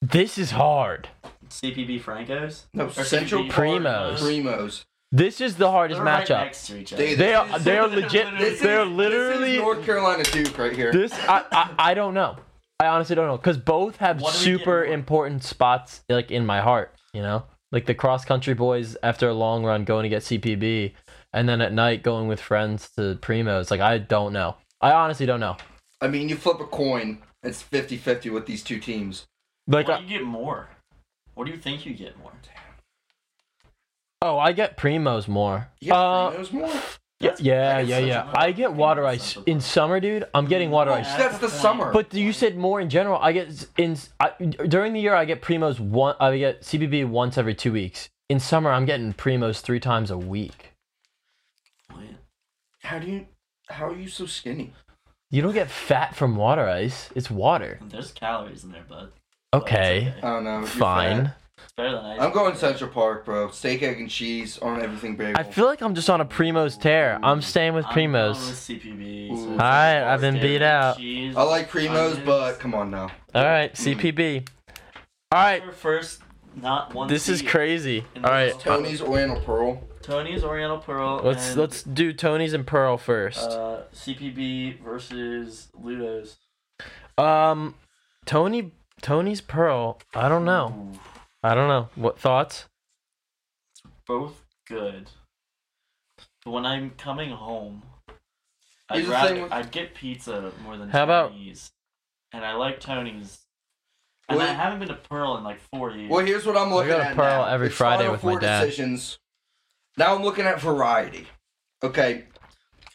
S1: this is hard.
S2: CPB Franco's.
S3: No,
S2: Or
S3: Central
S2: CPB
S1: Primos.
S3: Primos.
S1: This is the hardest
S2: They're right
S1: matchup.
S2: next to each
S3: They-
S2: other.
S1: They are
S3: This
S1: they are
S2: is- this
S1: legit. They
S2: is-
S1: are
S2: this is
S3: This
S1: literally
S3: is North Carolina Duke right here.
S1: this. I, I I don't know. I honestly don't know because both have
S2: What do we get
S1: super
S2: more?
S1: important spots like in my heart. You know, like the cross country boys after a long run going to get CPB, and then at night going with friends to primos. Like I don't know. I honestly don't know.
S3: I mean, you flip a coin, it's 50-50 with these two teams.
S1: Like uh,
S2: What do you get more? What do you think you get more?
S1: oh, I get primos more.
S3: Yeah,
S1: Uh,
S3: Primos more.
S1: yeah, yeah,
S2: that's
S1: yeah,
S2: such
S1: yeah.
S2: a-
S1: I get water ice
S2: Something.
S1: in summer, dude. I'm getting water
S3: Oh,
S1: ice.
S3: that's the summer.
S1: But you said more in general. I get in I, during the year. I get primos one. I get CBB once every two weeks. In summer, I'm getting primos three times a week.
S3: how do you? How are you so skinny?
S1: You don't get fat from water ice. It's water.
S2: There's calories in there, bud. but it's
S1: Okay.
S3: I don't know. you're fat.
S1: Fine.
S2: It's better than I
S3: I'm going Central Park, bro. Steak, egg, and cheese on everything bagel.
S1: I feel like I'm just on a Primo's tear. I'm staying with
S2: I'm going
S1: Primo's.
S2: with CPB.
S3: Ooh.
S2: so
S3: All
S1: right, I've been
S2: Steak
S1: beat
S2: and
S1: out.
S2: cheese,
S3: I like Primo's,
S2: onions.
S3: but come on now.
S1: All right, CPB. All right,
S2: Your First, not one.
S1: this is
S2: seed.
S1: crazy.
S2: And
S1: All
S2: this
S1: right,
S2: is
S3: Tony's Oriental Pearl.
S2: Tony's Oriental Pearl.
S1: let's
S2: and,
S1: let's do Tony's and Pearl first.
S2: Uh, CPB versus Ludo's.
S1: Um, Tony Tony's Pearl. I don't know.
S2: Ooh,
S1: I don't know. What thoughts?
S2: both good. But when I'm coming home, I'd
S3: Here's the
S2: rather
S3: thing with-
S2: I'd get pizza more than
S1: How about-
S2: Tony's, and I like Tony's. And
S3: Well,
S2: I haven't been to Pearl in like four years.
S3: Well, here's what I'm looking
S1: go to
S3: at
S1: Pearl
S3: now.
S1: every
S3: It's
S1: Friday
S3: Final
S1: with my
S3: Four
S1: dad.
S3: Decisions. Now I'm looking at variety. Okay,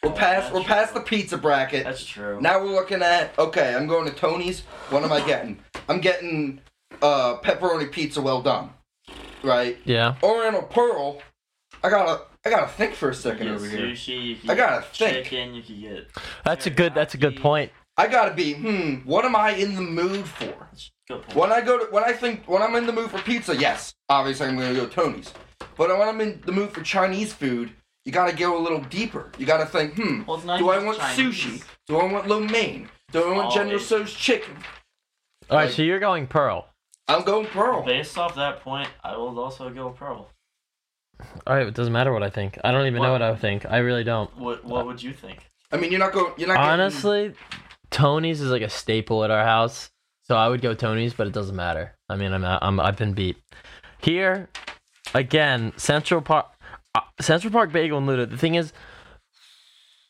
S3: we're
S2: Oh,
S3: past
S2: that's
S3: we're past the
S2: true.
S3: pizza bracket.
S2: That's true.
S3: Now we're looking at okay. I'm going to Tony's. What am I getting? I'm getting uh pepperoni pizza, well done, right?
S1: Yeah.
S3: Oriental Pearl. I gotta I gotta think for a
S2: you
S3: second
S2: get
S3: over here.
S2: sushi. You can
S3: I gotta
S2: get
S3: think.
S2: Chicken. You can get.
S1: That's a good that's a good point.
S3: I gotta be hmm. What am I in the mood for?
S2: That's a Good point.
S3: When I go to when I think when I'm in the mood for pizza, yes, obviously I'm gonna go Tony's. But when I'm in the mood for Chinese food, you gotta go a little deeper. You gotta think, hmm,
S2: Well, it's not
S3: do I
S2: just
S3: want
S2: Chinese.
S3: sushi? Do I want lo mein? Do I want General
S2: Always.
S3: So's chicken?
S1: All right,
S3: Like-
S1: so you're going Pearl.
S3: I'm going Pearl.
S2: Based off that point, I will also go Pearl.
S1: All right, it doesn't matter what I think. I don't even know
S2: What?
S1: what I think. I really don't.
S2: What What would you think?
S3: I mean, you're not going. You're not getting-
S1: Honestly, Tony's is like a staple at our house, so I would go Tony's, but it doesn't matter. I mean, I'm, I'm I've been beat. Here, again, Central Park, uh, Central Park Bagel and Ludo. The thing is,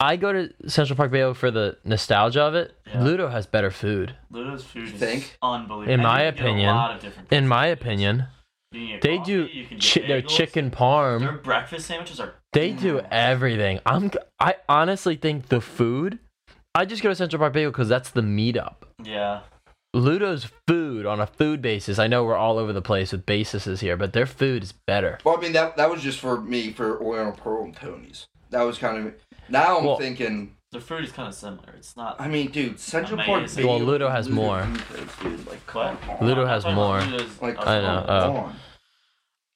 S1: I go to Central Park Bagel for the nostalgia of it.
S2: Yeah.
S1: Ludo has better food,
S2: Ludo's food is
S3: Think?
S2: unbelievable.
S1: In
S2: And you
S1: my
S2: can get a
S1: opinion-
S2: lot of different
S1: in my
S2: pieces.
S1: opinion.
S2: You can get
S1: They
S2: coffee,
S1: do
S2: you can get
S1: chi- their
S2: bagels.
S1: chicken parm.
S2: Their breakfast sandwiches are
S1: They do everything. I'm. I honestly think the food. I just go to Central Park Bagel because that's the meetup.
S2: yeah.
S1: Ludo's food on a food basis. I know we're all over the place with basis here, but their food is better.
S3: Well, I mean that that was just for me for Oriental Pearl and Tony's. That was kind of. Now I'm
S1: Well-
S3: thinking.
S2: Their food is kind of similar. It's not.
S3: I mean, dude, Central Park.
S2: Amazing.
S1: Well, Ludo has more.
S3: Dude, like, come
S2: What?
S3: on.
S1: Ludo
S2: I'm
S1: has
S2: talking
S1: more.
S2: about Ludo's-
S3: Like,
S1: I know,
S3: come
S1: uh,
S3: on.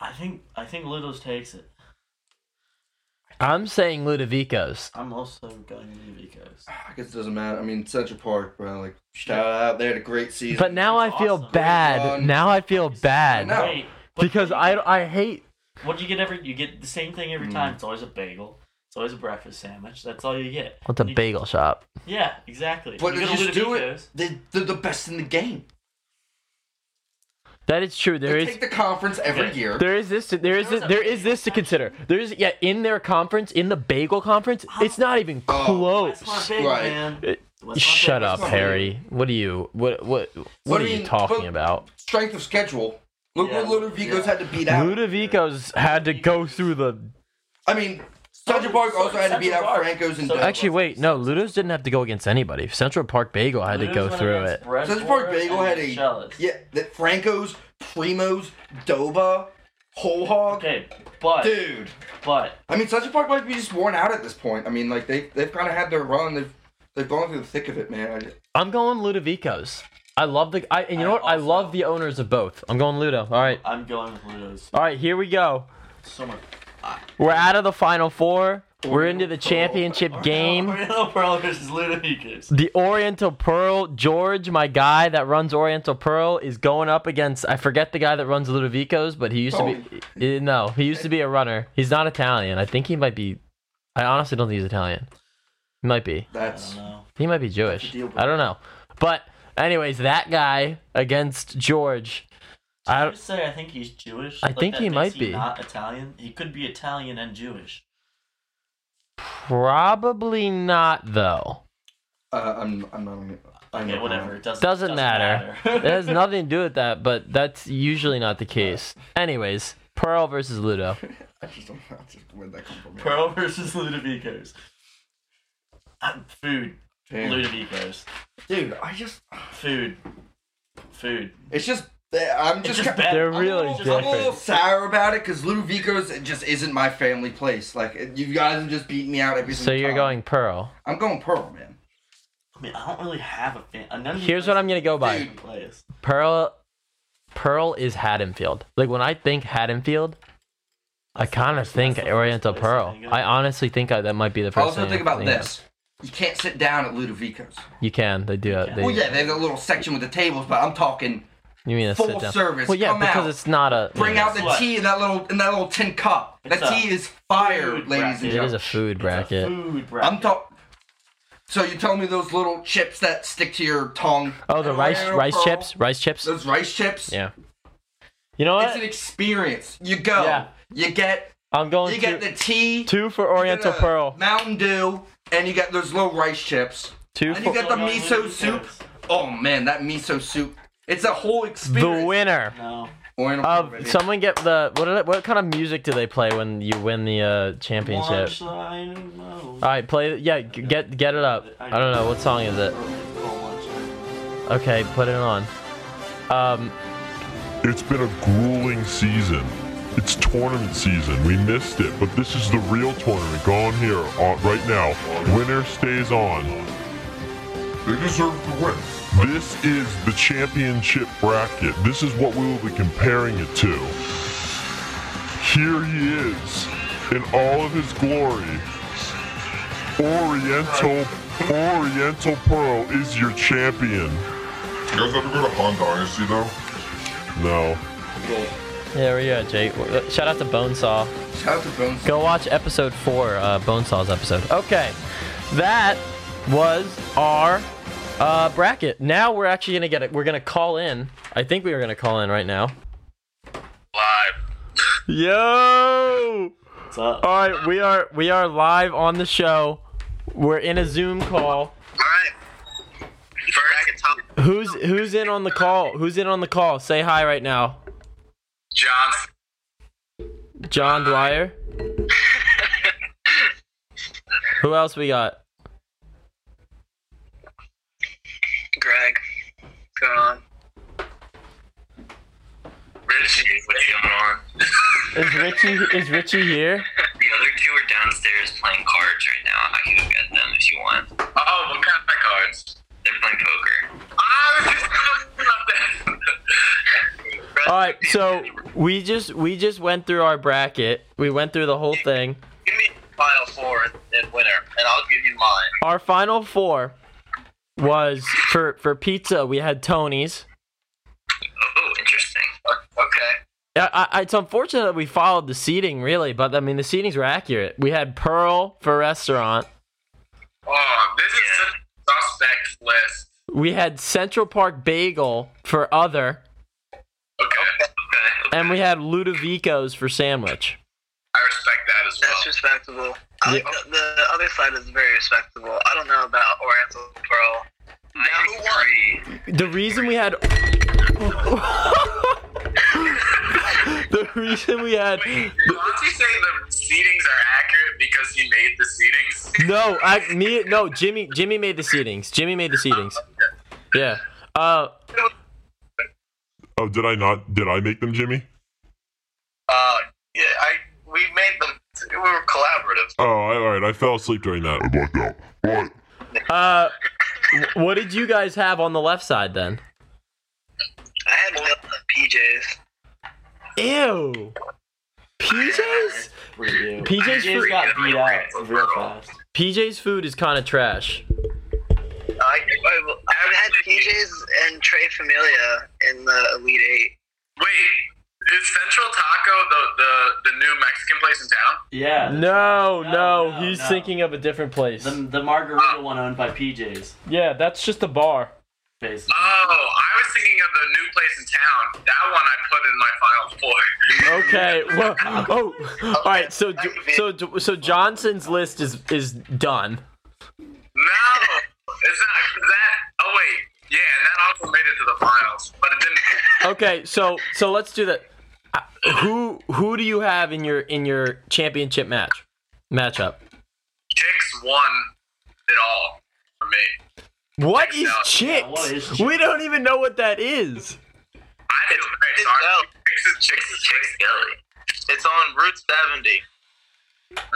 S2: I think I think Ludo's takes it.
S1: I'm saying Ludovico's.
S2: I'm also going Ludovico's.
S3: I guess it doesn't matter. I mean, Central Park, bro. Like, shout out. They had a great season.
S1: But now I feel
S2: Awesome.
S1: bad.
S3: Run.
S1: Now I feel
S3: No.
S1: bad
S2: Wait, what
S1: because
S2: do you
S1: I Hmm.
S2: get?
S1: I hate
S2: what do you get every you get the same thing every time. It's always a bagel. It's always a breakfast sandwich. That's all you get.
S1: what's a
S2: You-
S1: bagel shop.
S2: Yeah, exactly.
S3: But
S2: you
S3: they
S2: go to
S3: just do it.
S2: Ludovico's,
S3: They, they're the best in the game.
S1: That is true. There
S3: they
S1: is
S3: take the conference every
S2: Yeah.
S3: year.
S1: there is this to, there is
S2: There was
S1: this,
S2: a
S1: there is this to consider. There is yeah in their conference in the bagel conference. It's not even
S3: Oh,
S1: close.
S2: Westmont Bagel,
S3: Right.
S2: man.
S1: It-
S2: Westmont
S1: Shut
S2: Bagel.
S1: up,
S3: not
S1: Harry. What are you what what what
S3: I
S1: are you
S3: mean,
S1: talking
S3: but-
S1: about?
S3: Strength of schedule. Look
S2: Yeah.
S3: what Ludovico's
S2: Yeah.
S3: had to beat out.
S1: Ludovico's had to go through the
S3: I mean, Central Park also had to beat
S2: Central
S3: out
S2: Park.
S3: Franco's and
S2: So-
S3: Denver.
S1: Actually, wait, no, Ludo's didn't have to go against anybody. Central Park Bagel had to
S2: Ludo's
S1: go
S2: went
S1: through
S2: against
S1: it.
S2: Bread
S3: Central Park
S2: Board
S3: Bagel
S2: and
S3: had a
S2: Shellis.
S3: yeah. That Franco's, Primo's, Doba, Whole Hog.
S2: Okay, but
S3: Dude,
S2: but
S3: I mean, Central Park might be just worn out at this point. I mean, like they they've kind of had their run. They've they've gone through the thick of it, man. I-
S1: I'm going Ludovico's. I love the I and you know
S2: I
S1: what? I
S2: also-
S1: love the owners of both. I'm going Ludo. All right.
S2: I'm going with Ludo's.
S1: All right, here we go.
S2: So much.
S1: We're out of the final 4. We're into the championship game.
S2: Oriental Pearl versus Ludovico's.
S1: The Oriental Pearl, George, my guy that runs Oriental Pearl, is going up against I forget the guy that runs Ludovico's, but he used to be eh, no, he used to be a runner. He's not Italian. I think he might be I honestly don't think he's Italian. He might be.
S2: I
S3: That's
S2: don't know.
S1: He might be Jewish.
S3: deal breaker.
S1: I don't know. But anyways, that guy against George. I
S2: I
S1: don't,
S2: would say I think he's Jewish.
S1: I think
S2: that
S1: he
S2: makes
S1: might
S2: he
S1: be.
S2: Not Italian. He could be Italian and Jewish.
S1: probably not though.
S3: uh, I'm I'm not. I'm, I'm
S2: Okay,
S3: not-
S2: whatever. It doesn't
S1: Doesn't
S2: doesn't
S1: matter. It has nothing to do with that, but that's usually not the case. Anyways, Pearl versus Ludo.
S3: I just don't know where'd that come from. man?
S2: Pearl versus Ludovico's. Uh, Food.
S3: Damn.
S2: Ludovico's.
S3: Dude, I just
S2: Food. Food.
S3: it's just I'm
S2: It's
S3: just,
S2: just
S3: ca-
S2: bad.
S1: They're
S2: I'm a
S1: really
S2: little-
S3: I'm a little
S1: different.
S3: sour about it because Ludovico's it just isn't my family place. Like it- you guys have just beat me out every
S1: So
S3: single
S1: you're
S3: time.
S1: going Pearl.
S3: I'm going Pearl, man.
S2: I mean, I don't really have a fan. uh, None of these
S1: Here's what I'm gonna go by.
S2: places-
S1: Pearl Pearl is Haddonfield. Like when I think Haddonfield, I
S2: That's the
S1: kind of
S2: first- that's
S1: think
S2: the first
S1: Oriental
S2: place
S1: Pearl.
S2: I go.
S1: I honestly think I, that might be the first.
S3: also
S1: thing I
S3: think about
S1: of.
S3: this. You can't sit down at Ludovico's.
S1: You can. They do.
S2: can.
S1: They,
S3: Well, yeah, they have that little section with the tables, but I'm talking
S1: You mean a
S3: full
S1: sit down?
S3: service,
S1: Well, yeah,
S3: come
S1: because
S3: out,
S1: it's not a.
S3: bring
S1: yeah,
S3: out the
S2: What?
S3: tea in that little in that little tin cup.
S2: It's
S3: that
S2: a
S3: tea is fire, ladies
S2: food bracket.
S3: and
S2: It
S1: It is
S3: gentlemen.
S1: a food bracket.
S2: It's a food bracket.
S3: I'm talking. So you tell me those little chips that stick to your tongue?
S1: Oh, the
S3: at
S1: rice
S3: Oriental
S1: rice
S3: Pearl,
S1: chips, rice chips.
S3: Those rice chips.
S1: Yeah. You know
S3: It's
S1: what?
S3: an experience. You go.
S1: Yeah.
S3: You get.
S1: I'm going
S3: You get
S1: to
S3: the tea.
S1: two for
S3: you get
S1: Oriental
S3: a
S1: Pearl.
S3: Mountain Dew, and you got those little rice chips.
S1: Two
S3: And
S1: for
S3: you get the
S2: Going
S3: miso
S2: with
S3: soup.
S2: chips.
S3: Oh man, that miso soup. It's a whole experience.
S1: the winner.
S2: No.
S3: Oriental Pearl,
S1: Of
S3: baby.
S1: someone get the what? Are, what kind of music do they play when you win the uh, championship?
S2: Lunchline, no.
S1: All right, play. Yeah, g- get get it up. Uh, I don't know what song is it. Okay, put it on. Um,
S4: It's been a grueling season. It's tournament season. We missed it, but this is the real tournament going here on, right now. Winner stays on.
S5: They deserve to win.
S4: This is the championship bracket. This is what we will be comparing it to. Here he is in all of his glory. Oriental Oriental Pearl is your champion.
S5: You guys ever go to Han Dynasty though?
S4: No.
S1: there we go, Jake. Uh, Shout out to Bonesaw.
S3: Shout out to Bones.
S1: Go watch episode four, uh, Bonesaw's episode. Okay, that was our uh, bracket. Now we're actually gonna get it. We're gonna call in. I think we are gonna call in right now. Live. Yo.
S2: What's up?
S1: All right, we are we are live on the show. We're in a Zoom call.
S6: Alright. First,
S1: Who's who's in on the call? Who's in on the call? Say hi right now.
S6: John. Uh,
S1: John Dwyer. Who else we got?
S6: Greg. What's going on? Richie, what's going on?
S1: Is Richie is Richie here?
S6: The other two are downstairs playing cards right now. I can go get them if you want. Oh, what kind of cards? Ah, They're playing poker. I was just talking about that.
S1: All right, so we just we just went through our bracket. We went through the whole thing.
S6: give me final four and winner, and I'll give you mine.
S1: Our final four was for for pizza. We had Tony's.
S6: Oh, interesting. Okay.
S1: I, I, it's unfortunate that we followed the seating, really, but I mean the seatings were accurate. We had Pearl for restaurant.
S6: Oh, this is such a suspect list.
S1: We had Central Park Bagel for other,
S6: Okay. okay.
S1: and we had Ludovico's for sandwich.
S6: I respect that as
S7: That's respectable. I,
S1: Yeah.
S7: the, the other side is very respectable. I don't know about Oriental Pearl.
S6: I agree.
S1: The reason we had the reason we had
S6: Monty saying the seedings are accurate because he made the seedings.
S1: no, I me no Jimmy Jimmy made the seatings. Jimmy made the seatings. Yeah. Uh,
S4: Oh, did I not? Did I make them, Jimmy?
S6: Uh, yeah, I we made them. We were collaborative.
S4: Oh, I, all right. I fell asleep during that.
S5: I blacked out. But
S1: uh, wh- what did you guys have on the left side then?
S7: I had Mil- PJs.
S1: Ew. PJ's
S2: We do.
S1: PJ's
S2: PJ's
S1: for-
S2: got beat out real fast.
S1: PJ's food is kind of trash.
S7: I, I, I had PJs and Trey Familia in the Elite Eight.
S6: Wait, is Central Taco the the the new Mexican place in town?
S2: Yeah. that's
S1: No,
S2: right.
S1: no, he's
S2: no.
S1: thinking of a different place.
S2: The, the margarita one owned by PJ's,
S1: yeah, that's just a bar.
S2: basically.
S6: Oh, I was thinking of the new place in town. That one I put in my final four.
S1: Okay. Well, oh, all right. So, so, so Johnson's list is is done.
S6: No, it's not 'cause that. Oh wait, yeah, and that also made it to the finals, but it didn't.
S1: Okay. So, so let's do that. Uh, Who who do you have in your in your championship match matchup?
S6: Chicks won it all for me.
S1: What is
S2: Yeah, what is
S1: chicks?
S2: chicks?
S1: We don't even know what that is.
S6: I feel very
S7: it's
S6: sorry.
S7: dope.
S6: Chicks is Chicks is Chicks Deli. It's on Route 70.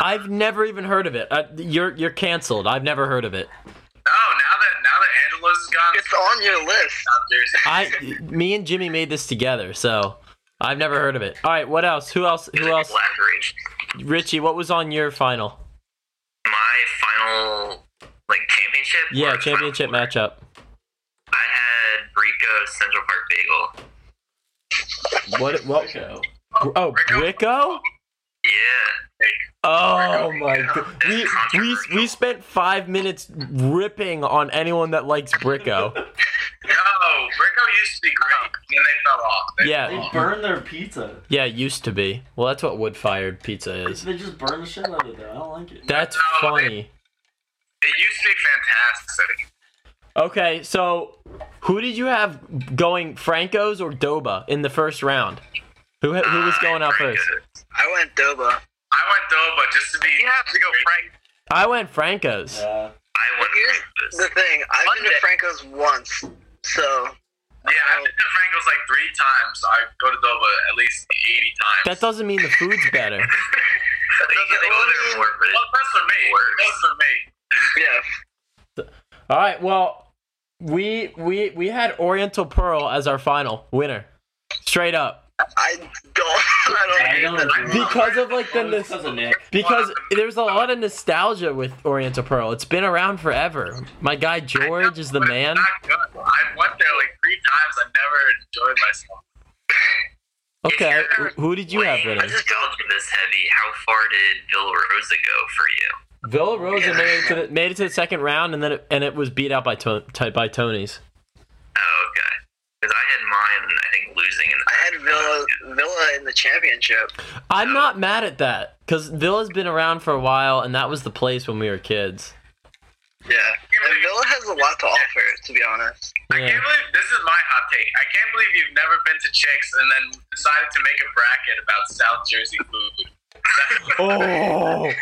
S1: I've never even heard of it. Uh, you're you're canceled. I've never heard of it.
S6: No, now that now that Angelos is gone.
S7: It's on your list.
S6: There's
S1: I, me and Jimmy made this together, so I've never heard of it. All right, what else? Who else? Who else?
S6: collaboration.
S1: Richie, what was on your final?
S6: My final like championship. or
S1: Yeah,
S6: final
S1: championship
S6: four,
S1: matchup.
S6: I had Brico Central Park Bagel.
S1: What? What? Oh, Brico.
S6: Yeah.
S1: Oh my god. We, we, we spent five minutes ripping on anyone that likes Brico.
S6: No, Brico used to be great, then they fell off. They
S1: Yeah.
S2: They burn their pizza.
S1: Yeah, used to be. Well, that's what wood fired pizza is.
S2: They just burn the shit out of it though. I don't like it.
S1: That's funny.
S6: It used to be fantastic.
S1: Okay, so who did you have going Franco's or Doba in the first round? Who who
S2: Uh,
S1: was going out first?
S7: I went Doba.
S6: I went Doba just to be. You have to go Frank.
S1: I went Franco's.
S2: Yeah.
S6: I went
S7: Here's the
S6: Franco's.
S7: thing. I've been
S6: Monday.
S7: to Franco's once, so
S6: Yeah, I've been to Franco's like three times. I go to Doba at least 80 times.
S1: That doesn't mean the food's better.
S6: That doesn't
S7: They go there for
S6: it. Well, that's for me. That's for me.
S7: yeah.
S1: All right, well, we we we had Oriental Pearl as our final winner. Straight up.
S7: I don't. I
S2: I
S7: don't.
S2: don't
S7: know.
S2: agree.
S1: Because of like the
S2: Oh,
S1: nos-
S2: it's because of Nick.
S1: because there's a lot of nostalgia with Oriental Pearl. It's been around forever. My guy George is the
S6: But it's
S1: man.
S6: Not good. I went there like three times. I never enjoyed myself.
S1: Okay, who did you have winning?
S6: told you this heavy. How far did Bill Rosa go for you?
S1: Villa Rosa made it to the, made it to the second round, and then it, and it was beat out by to, t- by Tony's.
S6: Oh, okay. Because I had mine, I think, losing in the
S7: I had Villa Villa in the championship.
S1: I'm not mad at that because Villa's been around for a while, and that was the place when we were kids.
S7: Yeah, and Villa has a lot to offer, to be honest.
S6: I
S1: Yeah.
S6: can't believe this is my hot take. I can't believe you've never been to Chicks and then decided to make a bracket about South Jersey food.
S1: Oh,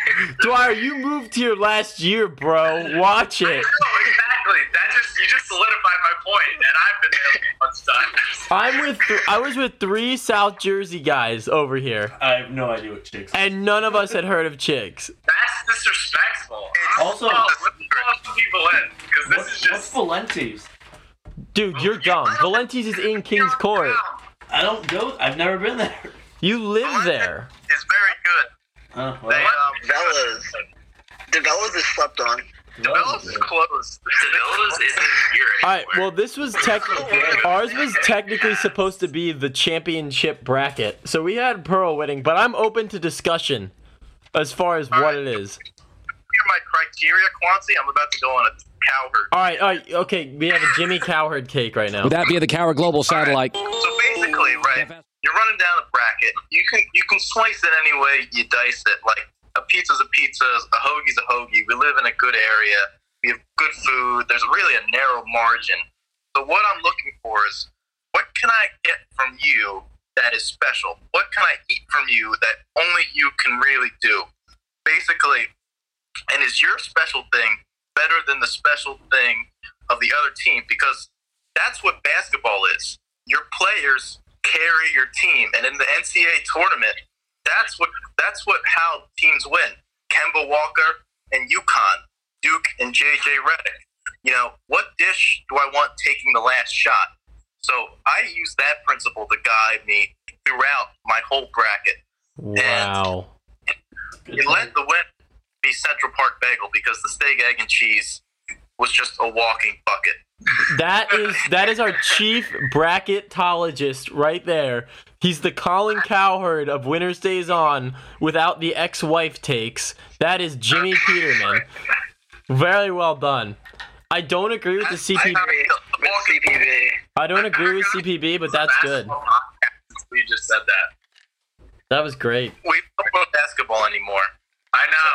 S1: Dwyer, you moved here last year, bro. Watch it.
S6: No, exactly. That just you just solidified my point, and I've been there once times.
S1: I'm with th- I was with three South Jersey guys over here,
S2: I have no idea what chicks.
S1: and none of us had heard of chicks.
S6: That's disrespectful.
S2: Also-
S6: oh, let me call some people in because this
S2: What's,
S6: is
S2: what's
S6: just.
S2: Valenti's?
S1: Dude, you're dumb. Valenti's is in King's Court.
S2: I don't go. I've never been there.
S1: You live there.
S6: It's very good. um,
S2: Oh, well,
S7: Vella's. The Vella's is slept on.
S2: Valentine's Day.
S6: closed. Cabela's isn't here
S1: All right. Well, this was tech. Ours was technically supposed to be the championship bracket, so we had Pearl winning. But I'm open to discussion as far as what it is.
S6: my criteria, Quancy. I'm about to go on a cowherd.
S1: All right. All right. Okay. We have a Jimmy Cowherd cake right now.
S8: Would that be the Coward Global satellite?
S6: So basically, right, you're running down a bracket. You can you can slice it any way you dice it. Like a pizza's a pizza, a hoagie's a hoagie. We live in a good area. We have good food. There's really a narrow margin. So what I'm looking for is what can I get from you that is special? What can I eat from you that only you can really do? Basically, and is your special thing better than the special thing of the other team? Because that's what basketball is. Your players carry your team, and in the NCAA tournament, that's what that's what how teams win. Kemba Walker and UConn, Duke and JJ Redick. You know what dish do I want taking the last shot? So I use that principle to guide me throughout my whole bracket.
S1: Wow.
S6: It led the win be Central Park Bagel because the steak, egg, and cheese was just a walking bucket.
S1: That is that is our chief bracketologist right there. He's the Colin Cowherd of Winter's Days On without the ex-wife takes. That is Jimmy Peterman. Very well done. I don't agree with the CP.
S7: With CPB.
S1: I don't agree with CPB, but that's good.
S6: Basketball podcast, We just said that.
S1: That was great.
S6: We don't play basketball anymore. I know.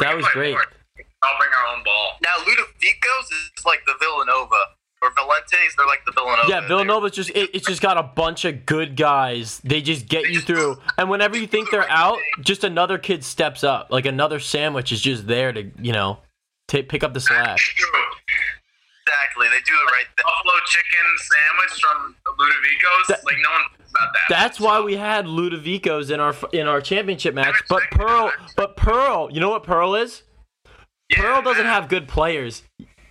S1: That was great.
S6: I'll bring our own ball. Now Ludovico's is like the Villanova. Or Valentes, they're like the Villanova.
S1: Yeah, Villanova's just it, it's just got a bunch of good guys. They just get you through. And whenever you think they're out, just another kid steps up. Like another sandwich is just there to, you know, ta pick up the slack.
S6: Exactly, they do it right there. Buffalo chicken sandwich from Ludovico's.
S1: That-
S6: like no one thinks about that.
S1: That's why we had Ludovico's in our in our championship match. But Pearl, but Pearl, you know what Pearl is? Pearl doesn't have good players.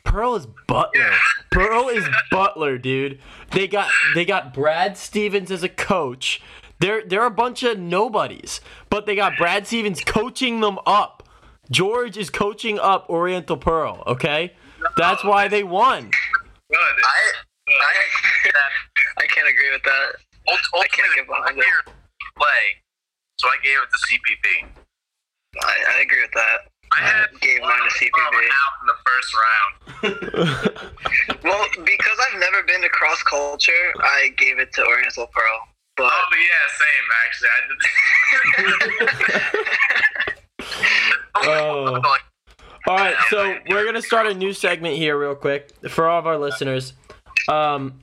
S1: Burrow is Butler. Burrow is Butler, dude. They got they got Brad Stevens as a coach. They're they're a bunch of nobodies, but they got Brad Stevens coaching them up. George is coaching up Oriental Pearl. Okay, that's why they won.
S6: I,
S7: I,
S6: I
S7: I can't agree with that.
S6: ult-
S7: I can't
S6: ultimately
S7: get behind it.
S6: player play, so I gave it to CPP.
S7: I, I agree with that.
S6: I had
S7: Gave
S6: one
S7: mine
S6: of
S7: to
S6: them out
S7: CPB.
S6: in the first round.
S7: Well, because I've never been to cross culture, I gave it to Oriental Pearl. But
S6: Oh yeah, same actually. I
S1: Oh.
S6: did. Like,
S1: All right, so we're gonna start a new segment here, real quick, for all of our listeners. Um,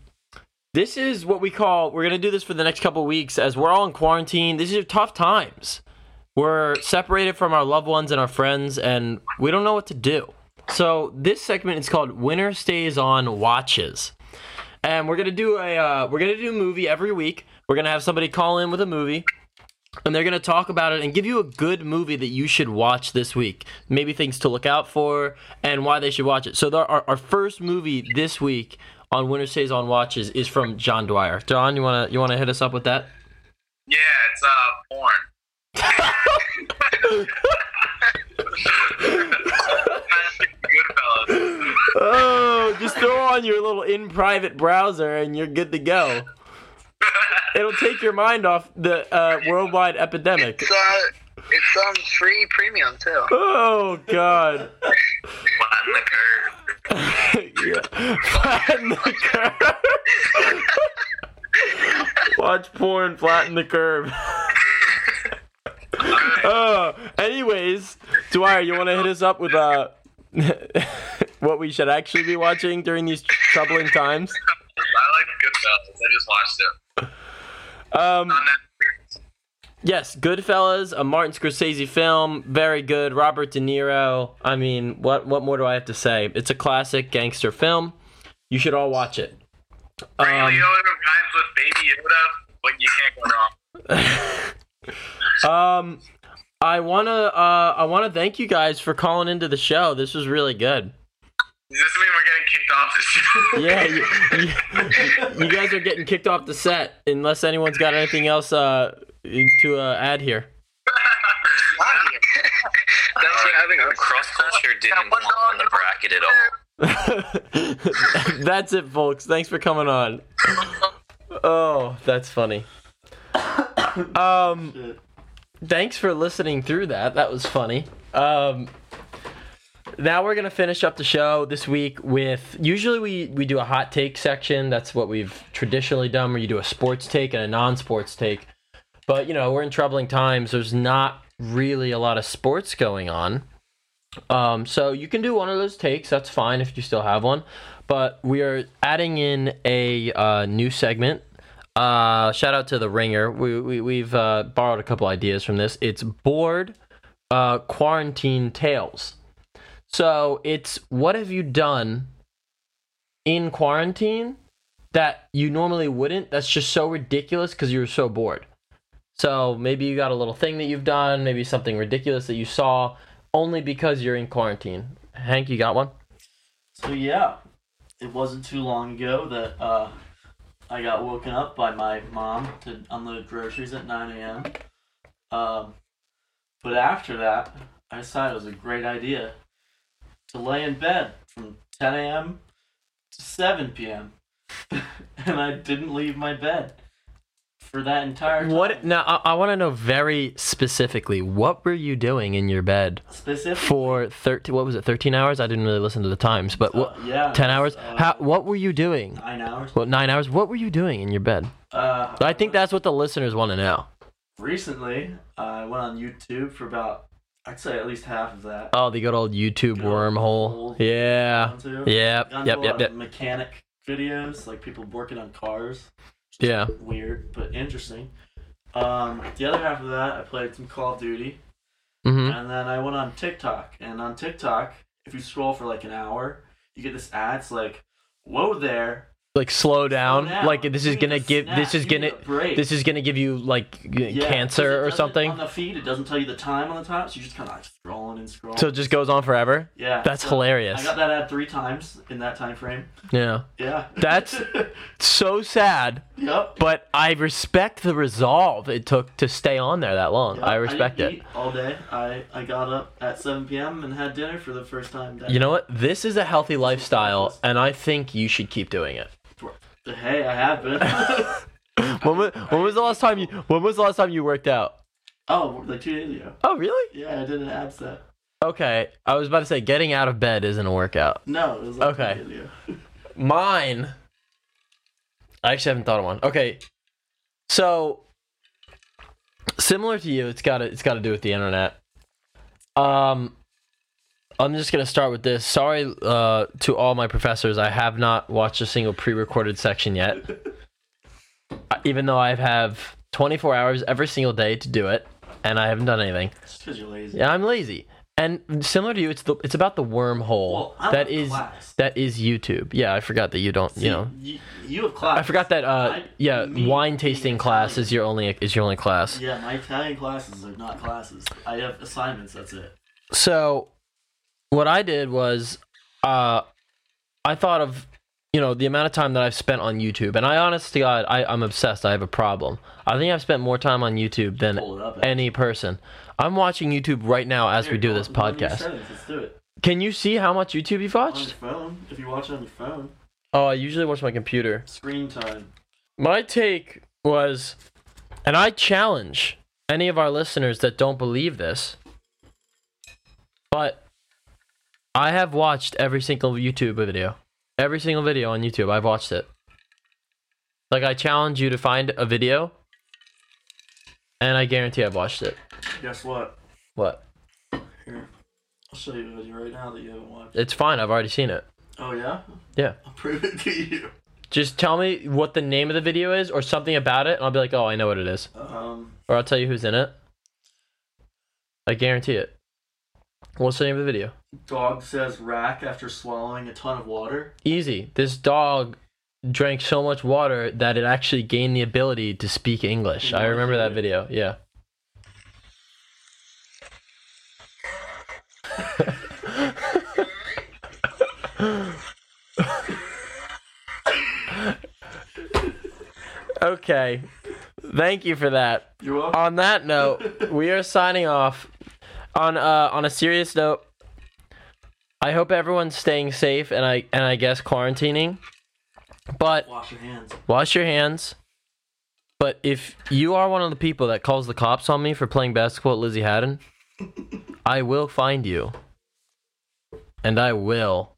S1: this is what we call. We're gonna do this for the next couple weeks, as we're all in quarantine. These are tough times. We're separated from our loved ones and our friends, and we don't know what to do. So this segment is called "Winner Stays On Watches." and we're gonna do a uh, we're gonna do a movie every week. We're gonna have somebody call in with a movie, and they're gonna talk about it and give you a good movie that you should watch this week. Maybe things to look out for and why they should watch it. So there, our our first movie this week on Winter Stays on Watches is from John Dwyer. John, you wanna you wanna hit us up with that?
S6: yeah, it's uh porn. Goodfellas.
S1: Oh, just throw on your little in private browser and you're good to go. It'll take your mind off the uh, worldwide epidemic.
S7: it's uh, it's um free premium too.
S1: Oh God.
S6: Flatten the curve.
S1: flatten the curve. Watch porn, flatten the curve. uh, anyways, Dwyer, you want to hit us up with uh, what we should actually be watching during these troubling times?
S6: I like Goodfellas. I just watched it.
S1: Um,
S6: On Netflix.
S1: yes, Goodfellas, a Martin Scorsese film, very good. Robert De Niro. I mean, what what more do I have to say? It's a classic gangster film. You should all watch it.
S6: Ray
S1: Um,
S6: Liotta rhymes with Baby Yoda, but you can't go wrong.
S1: Um, I wanna uh, I wanna thank you guys for calling into the show. This was really good.
S6: Does this mean we're getting kicked off the show?
S1: Yeah, you, you, you guys are getting kicked off the set unless anyone's got anything else uh, to uh, add here.
S7: Thanks for having us.
S9: Cross culture didn't belong in the bracket at all.
S1: that's it, folks. Thanks for coming on. Oh, that's funny. Um, thanks for listening through that. That was funny. Um, now we're gonna finish up the show this week with. Usually we we do a hot take section. That's what we've traditionally done, where you do a sports take and a non-sports take. But you know we're in troubling times. There's not really a lot of sports going on. Um, so you can do one of those takes. That's fine if you still have one. But we are adding in a uh, new segment. Uh, shout out to the Ringer. We, we we've uh, borrowed a couple ideas from this. It's bored uh, quarantine tales. So it's what have you done in quarantine that you normally wouldn't? That's just so ridiculous because you were so bored. So maybe you got a little thing that you've done, maybe something ridiculous that you saw only because you're in quarantine. Hank, you got one?
S2: So yeah, it wasn't too long ago that uh, I got woken up by my mom to unload groceries at 9 a.m. Um, but after that, I decided it was a great idea to lay in bed from 10 a.m. to 7 p.m. and I didn't leave my bed for that entire time.
S1: What now? I, I want to know very specifically what were you doing in your bed
S2: specific?
S1: for thirteen? What was it? Thirteen hours? I didn't really listen to the times, but what?
S2: yeah,
S1: Ten
S2: it
S1: hours?
S2: was, uh,
S1: How? What were you doing?
S2: Nine hours.
S1: What nine hours? What were you doing in your bed?
S2: Uh,
S1: I think that's what the listeners want to know.
S2: recently I went on YouTube for about I'd say at least half of that.
S1: Oh, the good old YouTube
S2: Good old
S1: wormhole.
S2: old-
S1: Yeah.
S2: onto.
S1: Yeah.
S2: Got into
S1: Yep.
S2: a
S1: Yep.
S2: lot
S1: Yep.
S2: of Mechanic videos, like people working on cars.
S1: Yeah.
S2: Weird, but interesting. Um, the other half of that, I played some Call of Duty,
S1: hmm
S2: and then I went on TikTok. And on TikTok, if you scroll for like an hour, you get this ad. It's like, "Whoa there,
S1: like slow down.
S2: down.
S1: Like this
S2: You
S1: is
S2: need
S1: gonna
S2: a
S1: give
S2: snack.
S1: this is
S2: You need
S1: gonna
S2: a break.
S1: this is gonna give you like g-
S2: Yeah, 'cause it
S1: cancer or
S2: doesn't- On
S1: something.
S2: the feed, it doesn't tell you the time on the top, so you're just kind of like scrolling and scrolling.
S1: So it just goes on forever.
S2: yeah,
S1: that's
S2: so
S1: hilarious.
S2: I got that ad three times in that time frame.
S1: Yeah,
S2: Yeah,
S1: That's- so sad.
S2: yep.
S1: But I respect the resolve it took to stay on there that long.
S2: Yep,
S1: I respect
S2: didn't
S1: it.
S2: eat all day. I I got up at 7 p.m. and had dinner for the first time. That
S1: You know what? This is a healthy lifestyle, and I think you should keep doing it.
S2: Hey, I have been.
S1: When was, when was the last time you When was the last time you worked out?
S2: oh, like two days ago.
S1: Oh, really?
S2: Yeah, I did an ad set.
S1: Okay. I was about to say getting out of bed isn't a workout.
S2: No, it was like
S1: Okay.
S2: two days ago.
S1: Mine. I actually haven't thought of one. Okay. So similar to you, it's got to it's got to do with the internet. Um I'm just going to start with this. Sorry uh to all my professors. I have not watched a single pre-recorded section yet. Uh, Even though I have 24 hours every single day to do it and I haven't done anything.
S2: It's because you're lazy.
S1: Yeah, I'm lazy. And similar to you, it's the it's about the wormhole
S2: Well, I'm
S1: that
S2: in
S1: is
S2: class.
S1: that is YouTube. Yeah, I forgot that you don't,
S2: See,
S1: you know.
S2: you, you have class.
S1: I forgot that. Uh,
S2: I-
S1: yeah,
S2: me
S1: wine
S2: being
S1: tasting
S2: Italian-
S1: class is your only is your only class.
S2: Yeah, my Italian classes are not classes. I have assignments. That's it.
S1: So, what I did was, uh, I thought of, you know, the amount of time that I've spent on YouTube, and I honest to God, I, I'm obsessed. I have a problem. I think I've spent more time on YouTube than
S2: Pull it up. eh?
S1: any person. I'm watching YouTube right now as we
S2: Here,
S1: do
S2: go
S1: this
S2: on- go on your
S1: podcast.
S2: settings, Let's do it
S1: Can you see how much YouTube you've
S2: on your
S1: watched?
S2: phone. If you watch it on your phone,
S1: Oh, I usually watch my computer.
S2: screen time.
S1: my take was and i challenge any of our listeners that don't believe this but i have watched every single youtube video every single video on youtube i've watched it like i challenge you to find a video and i guarantee i've watched it
S2: Guess what?
S1: what
S2: Here, I'll show you a video right now that you haven't watched.
S1: it's fine i've already seen it
S2: Oh yeah?
S1: Yeah.
S2: I'll prove it to you.
S1: just tell me what the name of the video is or something about it and i'll be like oh i know what it is
S2: Um,
S1: or I'll tell you who's in it. I guarantee it. What's the name of the video?
S2: dog says rack after swallowing a ton of water.
S1: Easy. This dog drank so much water that it actually gained the ability to speak English. I remember that video. Yeah. okay. Thank you for that.
S2: You're welcome.
S1: on that note, we are signing off. On uh, on a serious note, I hope everyone's staying safe and I and I guess quarantining. But
S2: Wash your hands.
S1: wash your hands. But if you are one of the people that calls the cops on me for playing basketball at Lizzie Haddon, I will find you. And I will